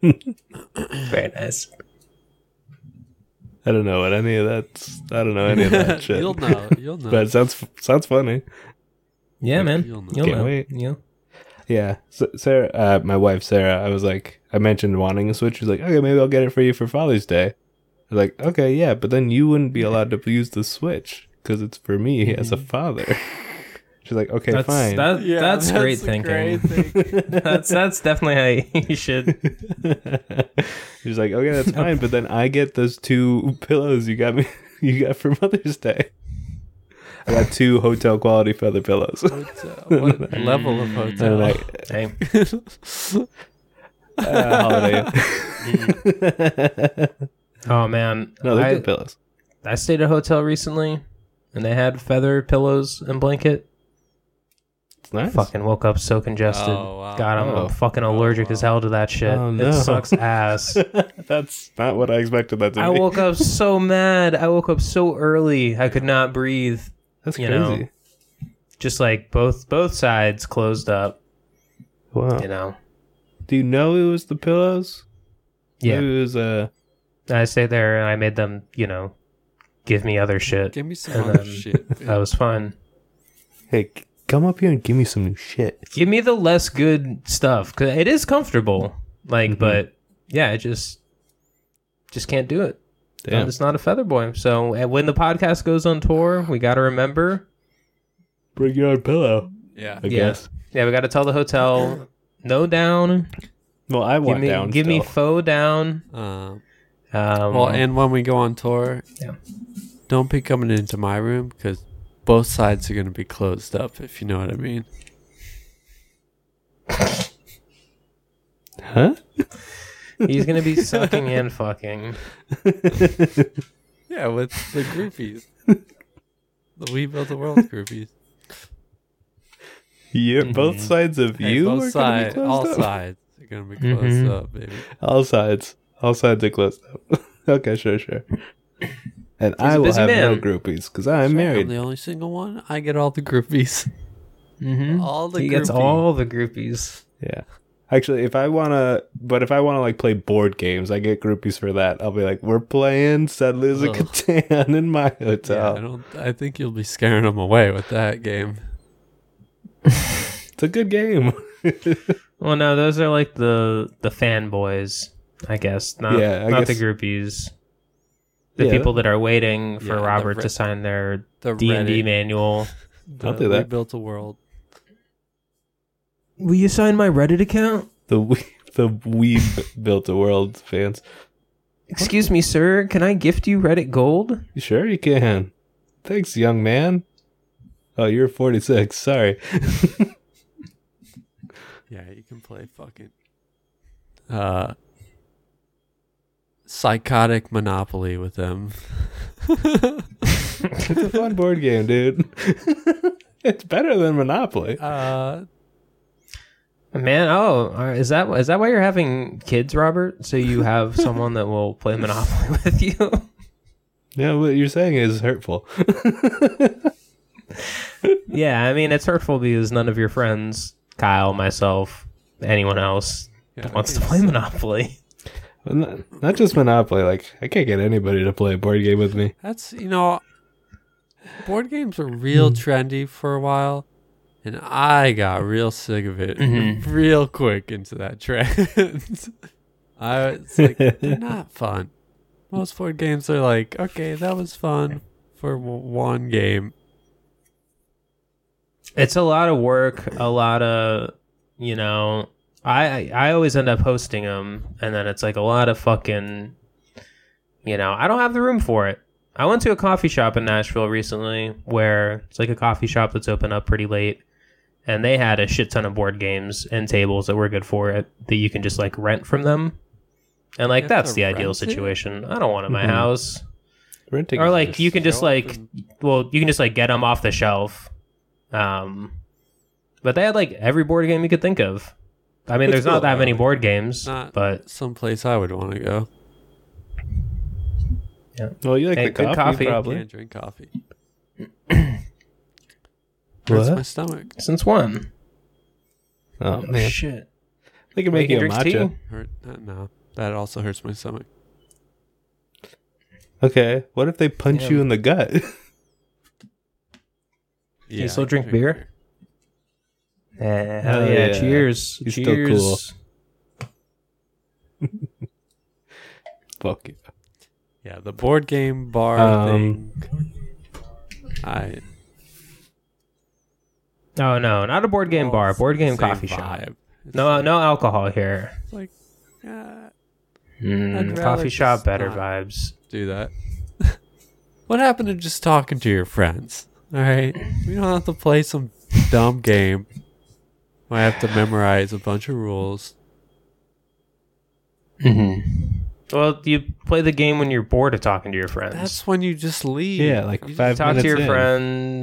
very nice.
I don't know what any of that's I don't know any of that shit.
You'll know. You'll know.
But it sounds sounds funny.
Yeah, man.
You'll know.
You'll
Can't
know.
wait.
You'll-
Yeah. So, Sarah uh my wife Sarah, I was like I mentioned wanting a Switch. She's like, "Okay, maybe I'll get it for you for Father's Day." I was like, "Okay, yeah, but then you wouldn't be allowed to use the Switch cuz it's for me as a father." She's like, "Okay,
Mm-hmm. That's,
fine."
that-
Yeah,
that's, great
a
thinking.
great thing.
that's that's definitely how you should.
She's like, okay, that's fine, but then I get those two pillows you got me, you got for Mother's Day. I got two hotel quality feather pillows,
What, uh, what level of
and
hotel?
like
Hey,
uh, holiday.
oh man,
no, they're
I,
good pillows.
I stayed at a hotel recently, and they had feather pillows and blanket.
nice.
Fucking woke up so congested.
Oh, wow.
God, I'm
Oh.
fucking allergic as hell to that shit.
Oh, no.
It sucks ass.
That's not what I expected that to
I
be.
woke up so mad. I woke up so early. I could not breathe.
That's
you
crazy.
know, Just like both both sides closed up.
wow.
You know.
Do you know it was the pillows?
Yeah.
Maybe it was uh
I stayed there and I made them. You know, give me other shit.
Give me some
And
other
then-
shit.
That was fun.
hey, c- come up here and give me some new shit.
Give me the less good stuff because it is comfortable. Like,
Mhm.
but yeah, it just just can't do it.
Damn.
I'm just not a feather boy. So uh, when the podcast goes on tour, we got to remember.
Bring your own pillow,
Yeah.
I
Yeah.
guess.
Yeah, we got to tell the hotel no down.
Well, I
Give
want
me,
down.
give me
still.
faux down.
Um,
Um,
well, and when we go on tour,
Yeah.
don't be coming into my room because both sides are going to be closed up, if you know what I mean.
huh?
he's gonna be sucking and fucking.
Yeah, with the groupies. the We Build the World groupies.
You're both
Mhm.
sides of
Hey,
you
both
are
sides,
gonna be
all
closed up.
sides are going to be closed
Mhm.
up, baby.
All sides. All sides are closed up. okay, sure, sure. And I
a
will
busy
have no
man.
groupies because I'm
I'm
married.
the only single one. I get all the groupies.
Mm-hmm.
All the
he gets
groupie.
all the groupies.
Yeah. Actually, if I wanna, but if I wanna like play board games, I get groupies for that. I'll be like, we're playing Settlers of
Ugh.
Catan in my
Yeah,
hotel.
I don't. I think you'll be scaring them away with that game.
it's a good game.
Well, no, those are like the the fanboys, I guess. Not
Yeah, I
not
guess-
the groupies. The
Yeah,
people that are waiting for
Yeah, the
Robert
re-
to sign their
The
D and D
Reddit,
manual.
the
I'll do that.
We built a world.
Will you sign my Reddit account?
the we, the we built a world fans.
Excuse me, sir. Can I gift you Reddit Gold?
Sure, you can. Thanks, young man. Oh, you're 46. Sorry.
Yeah, you can play fucking. Uh. Psychotic Monopoly with them.
It's a fun board game, dude. it's better than Monopoly.
uh,
Man, oh, all right, is that is that why you're having kids, Robert? So you have someone that will play Monopoly with you?
Yeah, what you're saying is hurtful.
yeah, I mean it's hurtful because none of your friends, Kyle, myself, anyone else,
yeah,
wants to play Monopoly.
But Not, not just Monopoly. Like, I can't get anybody to play a board game with me.
That's you know, board games were real trendy for a while, and I got real sick of it
Mhm.
real quick into that trend. I was like, they're not fun. Most board games are like, okay, that was fun for w- one game.
It's a lot of work, a lot of you know. I I always end up hosting them, and then it's like a lot of fucking. You know, I don't have the room for it. I went to a coffee shop in Nashville recently where it's like a coffee shop that's open up pretty late, and they had a shit ton of board games and tables that were good for it that you can just like rent from them. And like
You have
that's
to
the ideal
rent it? Mm-hmm.
situation. I don't want it in my
Mhm.
house.
Renting.
Or
is
like you can just
Go up
like
and-
well, you can just like get them off the shelf. Um, but they had like every board game you could think of. I
That's
mean, there's
cool,
not that many
though.
board games,
Not-
but
someplace I would want to go.
Well, you like
Hey,
the
good
coffee,
coffee.
probably.
Can't drink coffee. Hurts
What?
my stomach.
since one,
Oh man,
shit,
they can make
Making
you a
drinks
matcha.
tea?
Hurt? uh, No, that also hurts my stomach.
Okay, what if they punch
Damn.
you in the gut?
Yeah,
still
I
drink beer? Yeah,
Oh,
hell
Hell
yeah,
yeah.
Cheers,
You're still
cheers.
cool. Fuck you.
Yeah, the board game bar
Um,
thing. I
No, no, not a board game
all
bar,
it's
board
the
game
Oh, same
coffee shop.
vibe. It's
No,
like,
no alcohol here.
it's like uh,
Hmm.
I'd
Mm,
rather
coffee shop,
just
better
not.
vibes.
do that. what happened to just talking to your friends? All right, we don't have to play some dumb game. I have to memorize a bunch of rules.
Mm-hmm.
Well, you play the game when you're bored of talking to your friends.
That's when you just leave.
Yeah, like
You just-
five
Talk to
minutes
your
in.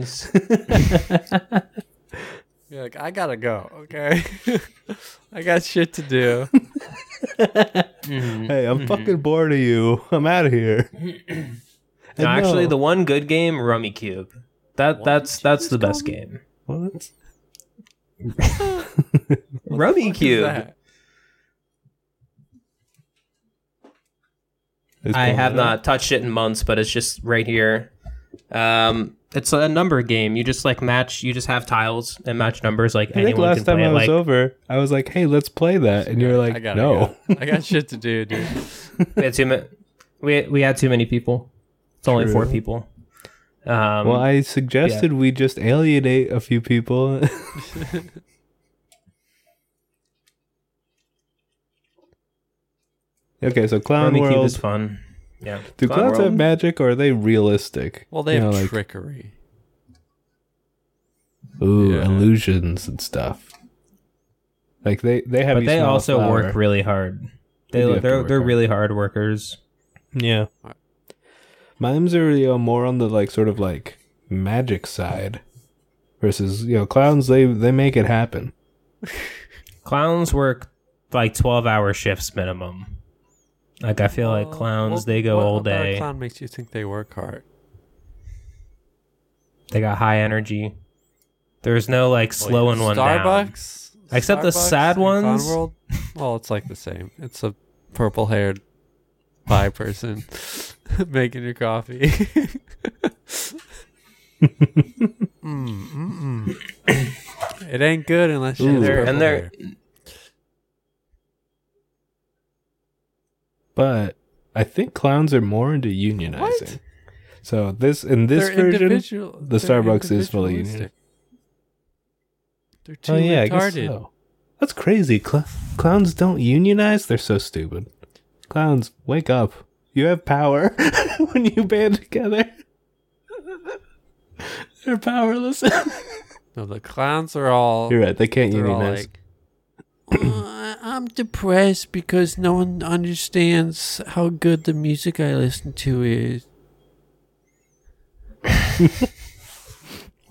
friends.
You're like, I gotta go. Okay, I got shit to do.
Mm-hmm.
Hey, I'm fucking bored of you. I'm out of here.
No, actually, the one good game, Rummy Cube. That that's that's the best game.
what?
Rummy Cube.
It's
I
called
have
that?
not touched it in months, but it's just right here. Um, it's a number game. You just like match. You just have tiles and match numbers. Like
I think
anyone
last
can play.
time
it,
I was
like
over, I was like, "Hey, let's play that," and you were
I
like,
gotta
"No."
go. I got shit to do, dude.
we had too many. We we had too many people. It's only
True.
four people. Um,
Well, I suggested we just alienate a few people. okay, so Clown
Rummy Cube
World.
is fun. Yeah.
Do
Clown
clowns
World?
have magic, or are they realistic?
Well, they
You
have
know, like,
trickery.
ooh
Yeah.
illusions and stuff. Like they they have.
but
you
they
smell a
also work
flower.
really hard. They
They do
they
have to
are
work
they're
hard.
really hard workers.
Yeah. Mimes are you know, more on the like sort of like magic side, versus you know clowns. They they make it happen.
Clowns work like twelve hour shifts minimum. Like I feel like clowns, they go
Oh, what
all
about A
day.
clown makes you think they work hard.
They got high energy. There's no like slowing one down.
Starbucks.
Except the
Starbucks
sad
and Clown
ones.
World, well, it's like the same. It's a purple-haired pie person making your coffee. mm, mm, mm. It ain't good unless you
Ooh.
They're- and they're
But I think clowns are more into unionizing.
What?
So this in this
they're
version,
individual.
the
they're
Starbucks is fully union.
individualistic. They're too
oh yeah, I guess
retarded.
so. That's crazy. Cl- clowns don't unionize. They're so stupid. Clowns, wake up! You have power when you band together. They're powerless.
No, the clowns are all.
You're right. They can't
they're all
unionize.
like, "Uh, I'm depressed because no one understands how good the music I listen to is.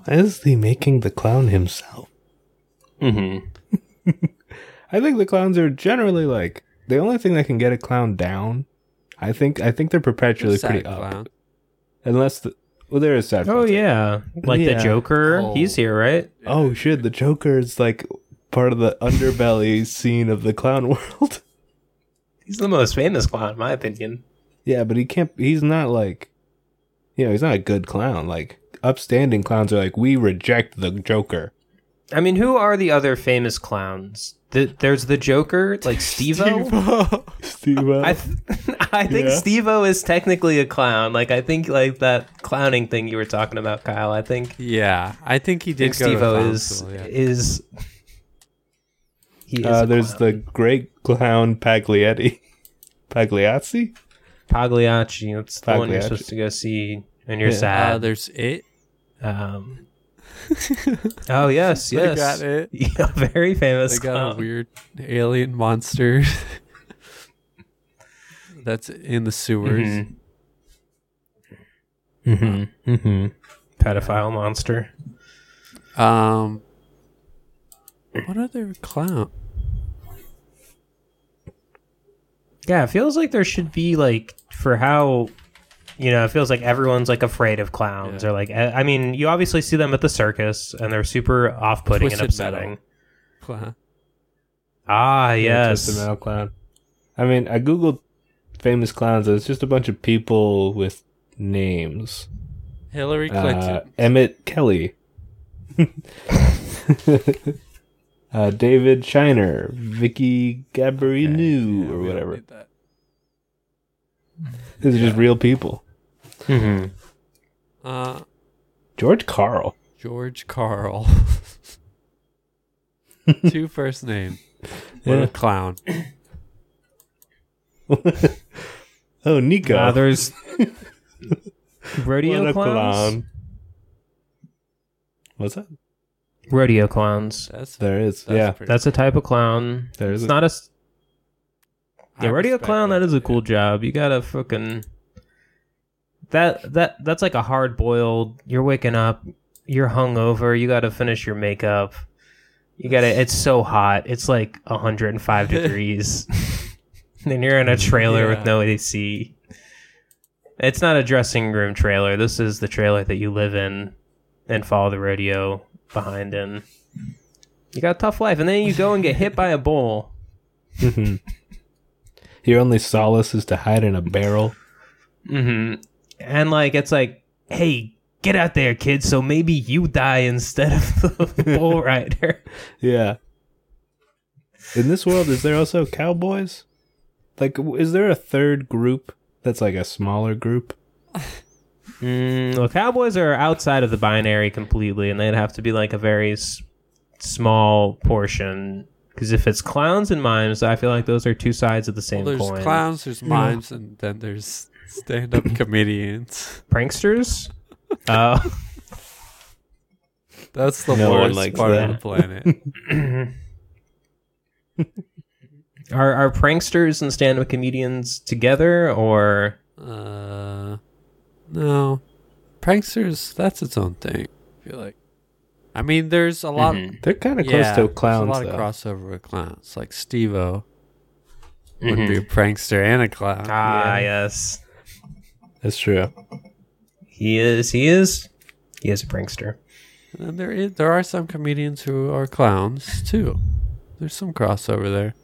Why is he making the clown himself?
Mm-hmm.
I think the clowns are generally like the only thing that can get a clown down. I think I think they're perpetually
Sad
pretty up,
clown.
unless the, well there is sad.
Oh
clowns.
yeah, like
Yeah.
the Joker.
Oh.
He's here, right?
Oh shit, the Joker is like part of the underbelly scene of the clown world.
He's the most famous clown, in my opinion.
yeah, but he can't. He's not like, you know, he's not a good clown. Like upstanding clowns are like, we reject the Joker.
I mean, who are the other famous clowns? The, there's the Joker, like Steve-O.
Steve,
I, th- I think
Yeah.
Steve-O is technically a clown. Like I think like that clowning thing you were talking about, Kyle. I think
Yeah, I think he
I think
did. go to
Steve-O
clown
is
school, yeah.
is he is
uh,
a
there's
clown.
the great clown Paglietti. Pagliazzi?
Pagliacci. That's the one you're
Pagliacci.
supposed to go see, and you're
Yeah.
Uh,
sad.
there's it.
um, oh yes,
Uh, They
yes.
got it.
Yeah, very famous.
They got
Uh-huh.
clown.
a weird alien monster that's in the sewers.
Mm-hmm. Mm-hmm. Pedophile monster.
Um, what other clown?
Yeah, it feels like there should be like for how you know, it feels like everyone's like afraid of clowns
Yeah.
or like I I mean, you obviously see them at the circus and they're super off-putting and
Twisted Metal.
upsetting.
Clown.
Ah,
Yeah,
yes.
Twisted Metal Clown. I mean, I googled famous clowns, and it's just a bunch of people with names.
Hillary Clinton.
Uh, Emmett Kelly. uh, David Shiner. Vicky Gabarinu,
Yeah,
or
we don't
whatever.
need that.
These are just real people.
Mhm.
Uh,
George Carl.
George Carl. Two first name. What
Yeah.
a clown.
Oh, Nico.
Ah, there's rodeo
What a
clowns.
clown. What's that?
Rodeo clowns.
That's,
There is.
that's
yeah.
pretty-
That's a type of clown.
There is
It's
a-
not a s-
I
Yeah, rodeo
respect
clown. That is a
yeah.
cool job. You gotta fucking that that that's like a hard boiled. You're waking up. You're hungover. You gotta finish your makeup. You got to It's so hot. It's like 105 degrees. and you're in a trailer
Yeah.
with no AC. It's not a dressing room trailer. This is the trailer that you live in and follow the rodeo behind in. You got a tough life, and then you go and get hit by a bull.
Mm-hmm. Your only solace is to hide in a barrel.
hmm And like, it's like, hey, get out there, kid. So maybe you die instead of the bull rider.
Yeah. In this world, is there also cowboys? Like, w- is there a third group that's like a smaller group?
Mm, well, cowboys are outside of the binary completely, and they'd have to be like a very s- small portion. Because if it's clowns and mimes, I feel like those are two sides of the
Well,
same
there's
coin.
clowns, there's mimes, and then there's stand-up comedians.
Pranksters. Uh,
That's the
No one
worst
likes
part
that.
of the planet.
are are pranksters and stand-up comedians together, or
uh, no, pranksters. That's its own thing. I feel like. I mean, there's a lot.
Mhm.
They're kind of
yeah,
close
there's
to clowns,
A lot
though.
of crossover with clowns, like Steve-O would
Mhm.
be a prankster and a clown.
ah
Yeah.
yes,
That's true.
he is. He is. He is a prankster.
And there is there are some comedians who are clowns too. There's some crossover there.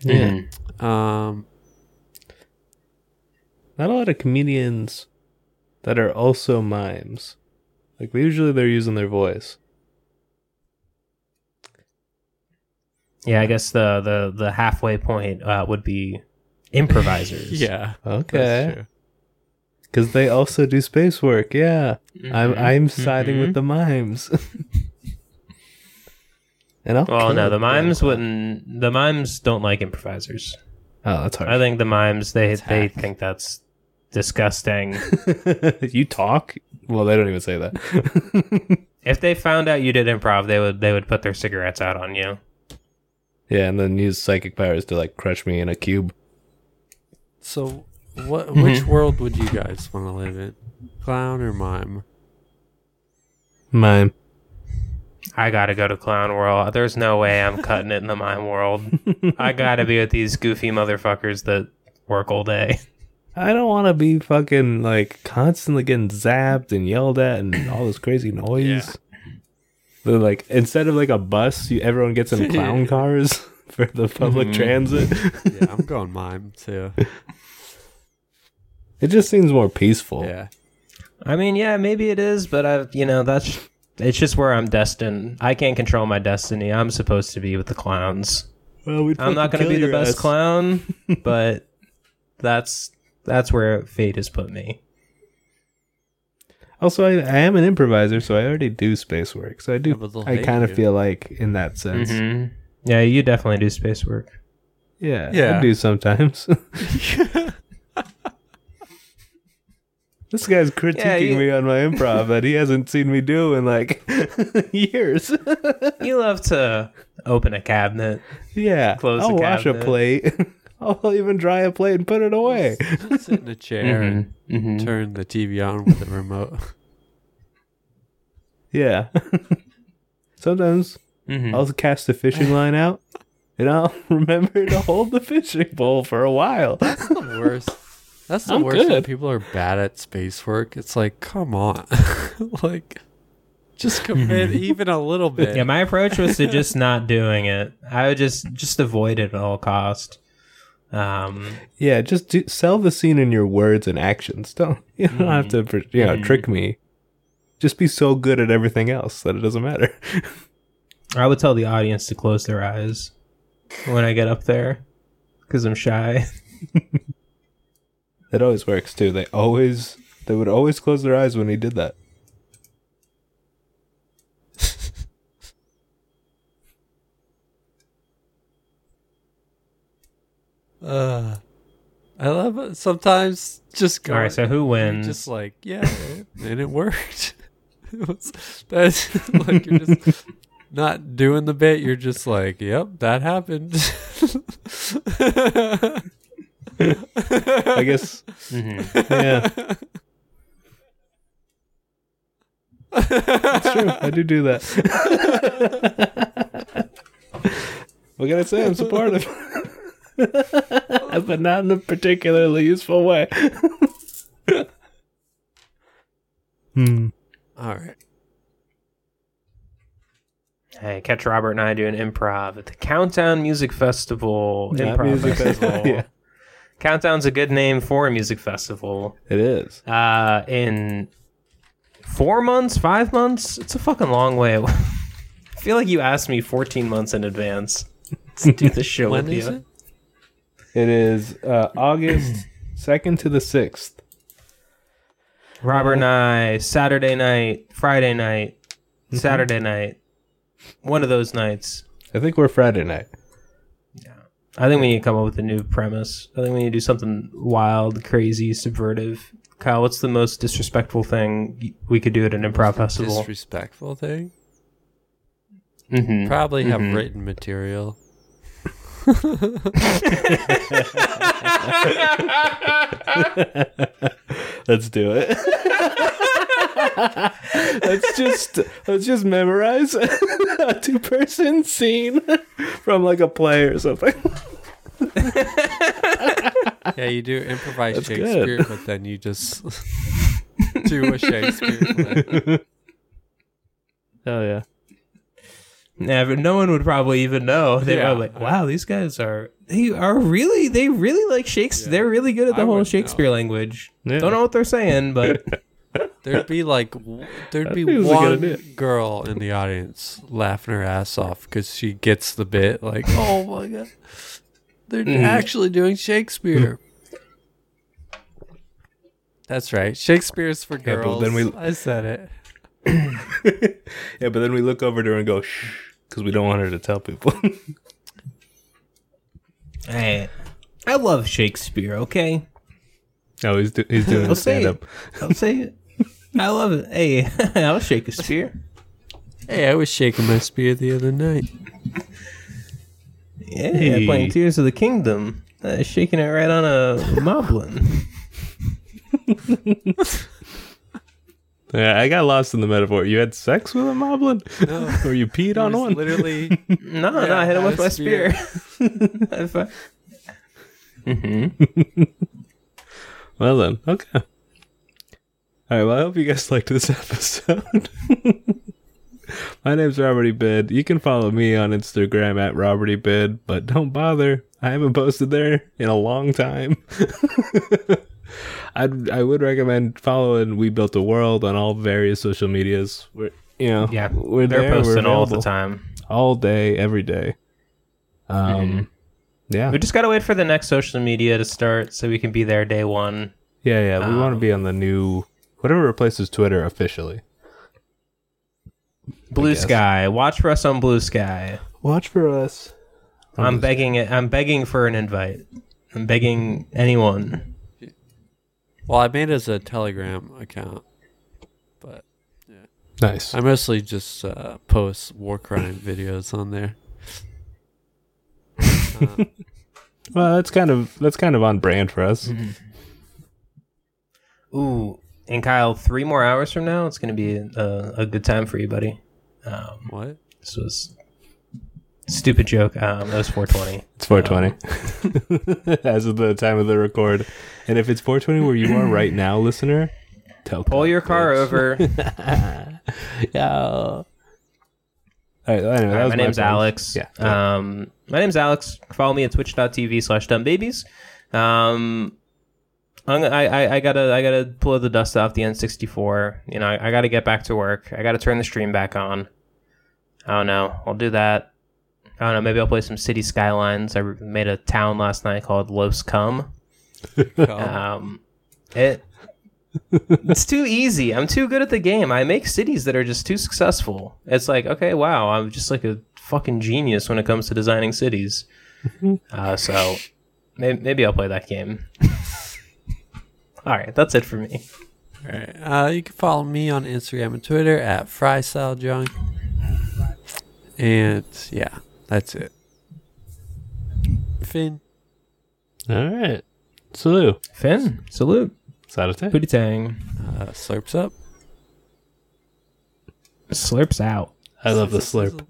Yeah.
Mhm.
Um
Not a lot of comedians that are also mimes. Like, usually they're using their voice.
Yeah, I guess the the the halfway point uh, would be improvisers.
yeah.
Okay. Because they also do space work. Yeah. I'm,
Mhm.
I'm siding
Mhm.
with the mimes. and I'll
Well,
kill
no,
a
the
damn
mimes
clown.
wouldn't. The mimes don't like improvisers.
Oh, that's hard.
I think the mimes they
It's
they
hack.
think that's disgusting.
you talk? Well, they don't even say that.
if they found out you did improv, they would they would put their cigarettes out on you.
yeah, and then use psychic powers to like crush me in a cube.
So what which world would you guys want to live in? Clown or mime?
Mime.
I gotta go to clown world. There's no way I'm cutting it in the mime world. I gotta be with these goofy motherfuckers that work all day.
I don't want to be fucking like constantly getting zapped and yelled at and all this crazy noise.
Yeah.
They're like instead of like a bus, you, everyone gets in clown cars for the public transit.
Yeah, I'm going mime too.
It just seems more peaceful.
Yeah.
I mean, yeah, maybe it is, but I've you know that's it's just where I'm destined. I can't control my destiny. I'm supposed to be with the clowns.
Well, we'd
I'm not
fucking
going to be
kill
the
your
best
ass.
clown, but that's that's where fate has put me.
Also, I, I am an improviser, so I already do space work. So I
Yeah,
do.
but they'll
I
hate
kind of
you.
feel like in that
Mm-hmm.
sense.
Yeah, you definitely do space work.
Yeah, I
Yeah.
do sometimes. this guy's critiquing
you-
me on my improv that he hasn't seen me do in like years.
You love to open a cabinet.
yeah,
Close the
I'll wash a
cabinet.
plate. I'll even dry a plate and put it away.
Sit in a chair and
Mm-hmm.
turn the TV on with the remote.
Yeah. sometimes I'll cast a fishing line out, and I'll remember to hold the fishing pole for a while.
That's the worst. That's the
I'm
worst when
good.
people are bad at space work. It's like, come on. like just commit
Mm-hmm.
even a little bit.
Yeah, my approach was to just not doing it. I would just just avoid it at all cost. Um,
Yeah, just do, sell the scene in your words and actions. Don't you don't have to pr- you know trick me. Just be so good at everything else that it doesn't matter.
I would tell the audience to close their eyes when I get up there because I'm shy.
That always works too. They always they would always close their eyes when he did that.
Uh, I love it. Sometimes just go.
All right, so who
you're
wins?
Just like yeah, and it worked. It was- That's like you're just not doing the bit. You're just like, yep, that happened.
I
Mm-hmm.
guess
Mhm.
yeah. It's true. I do do that. what can I say? I'm supportive. but not in a particularly useful way. hmm.
All right.
Hey, catch Robert and I doing improv at the Countdown Music Festival.
Not
Improv
music
Festival.
festival. Yeah.
Countdown's a good name for a music festival.
It is.
Uh, in four months, five months, it's a fucking long way. away. I feel like you asked me 14 months in advance to do the show
When
with
is
you.
it?
It is uh, August 2nd to the 6th.
Robert and I, Saturday night, Friday night, Saturday night, one of those nights.
I think we're Friday night.
I think we need to come up with a new premise. I think we need to do something wild, crazy, subvertive. Kyle, what's the most disrespectful thing y- we could do at an improv festival?
Disrespectful thing.
Mm-hmm.
hmm
Probably have
Mhm.
written material.
Let's do it. let's just let's just memorize a two person scene from like a play or something.
yeah, you do improvise
That's good.
Shakespeare, but then you just do a Shakespeare. play.
Oh yeah.
Yeah, but no one would probably even know. They
Yeah.
were like, "Wow, these guys are they are really they really like Shakespeare. They're really good at the
I
whole
wouldn't
Shakespeare language.
Yeah.
Don't know what they're saying, but
There'd be like w- there'd
That
be
seems like a good
one girl in the audience laughing her ass off because she gets the bit. Like, oh my god, they're
Mm-hmm.
actually doing Shakespeare. That's right. Shakespeare's for
Yeah, but
girls.
then we-
I said it.
Yeah, but then we look over to her and go shh because we don't want her to tell people.
hey, I love Shakespeare. Okay,
no, Oh, he's do- he's doing
I'll say
stand
it.
up.
I'll say it. I love it. Hey, I love Shakespeare.
Hey, I was shaking my spear the other night.
Yeah,
Hey.
playing Tears of the Kingdom, uh, shaking it right on a moblin.
Yeah, I got lost in the metaphor. You had sex with a moblin,
No,
or you peed on
it was
one.
literally.
No, no, I hit him
not
with
a
my spear.
spear.
hmm
Mm-hmm. Well then, okay. All right. Well, I hope you guys liked this episode. My name's Robert E. Bid. You can follow me on Instagram at Robert E. Bid, but don't bother. I haven't posted there in a long time. I'd I would recommend following We Built the World on all various social medias. We're you know
Yeah,
we're
They're
there, we're
posting all the
available.
time. Mm.
all day, every day. Um, yeah,
We just gotta wait for the next social media to start so we can be there day one.
yeah, yeah. We want to
Um,
be on the new whatever replaces Twitter officially.
Blue
guess.
Sky, watch for us on Blue Sky.
Watch for us.
I'm begging it. I'm begging for an invite. I'm begging anyone.
Well, I made it as a Telegram account, but
Nice.
I mostly just uh, post war crime videos on there.
Well, that's kind of that's kind of on brand for us.
Mm-hmm. Ooh, and Kyle, three more hours from now, it's gonna be a, a good time for you, buddy. Um,
What?
This was stupid joke. Um, that was 420.
It's 420 as of the time of the record. And if it's 420 where you are right now, listener, tell
Pull your car over.
Yeah. All right. Anyway, that was
my name's
plan.
Alex.
Yeah.
Um, my name's Alex. Follow me at twitch.tv slash dumbbabies. Um, I'm, I, I, I gotta, I gotta pull the dust off the N64. You know, I, I gotta get back to work. I gotta turn the stream back on. I don't know. I'll do that. I don't know. Maybe I'll play some City Skylines. I re- made a town last night called Los Cum. Um, it it's too easy. I'm too good at the game. I make cities that are just too successful. It's like, okay, wow, I'm just like a fucking genius when it comes to designing cities. Uh, so maybe, maybe I'll play that game. All right, that's it for me.
All right. Uh, you can follow me on Instagram and Twitter at FrySalJunk. And yeah, that's it. Finn.
All right. Salute.
Finn, salute,
It's out of time.
booty tang.
Uh, slurps up.
Slurps out.
I love the slurp.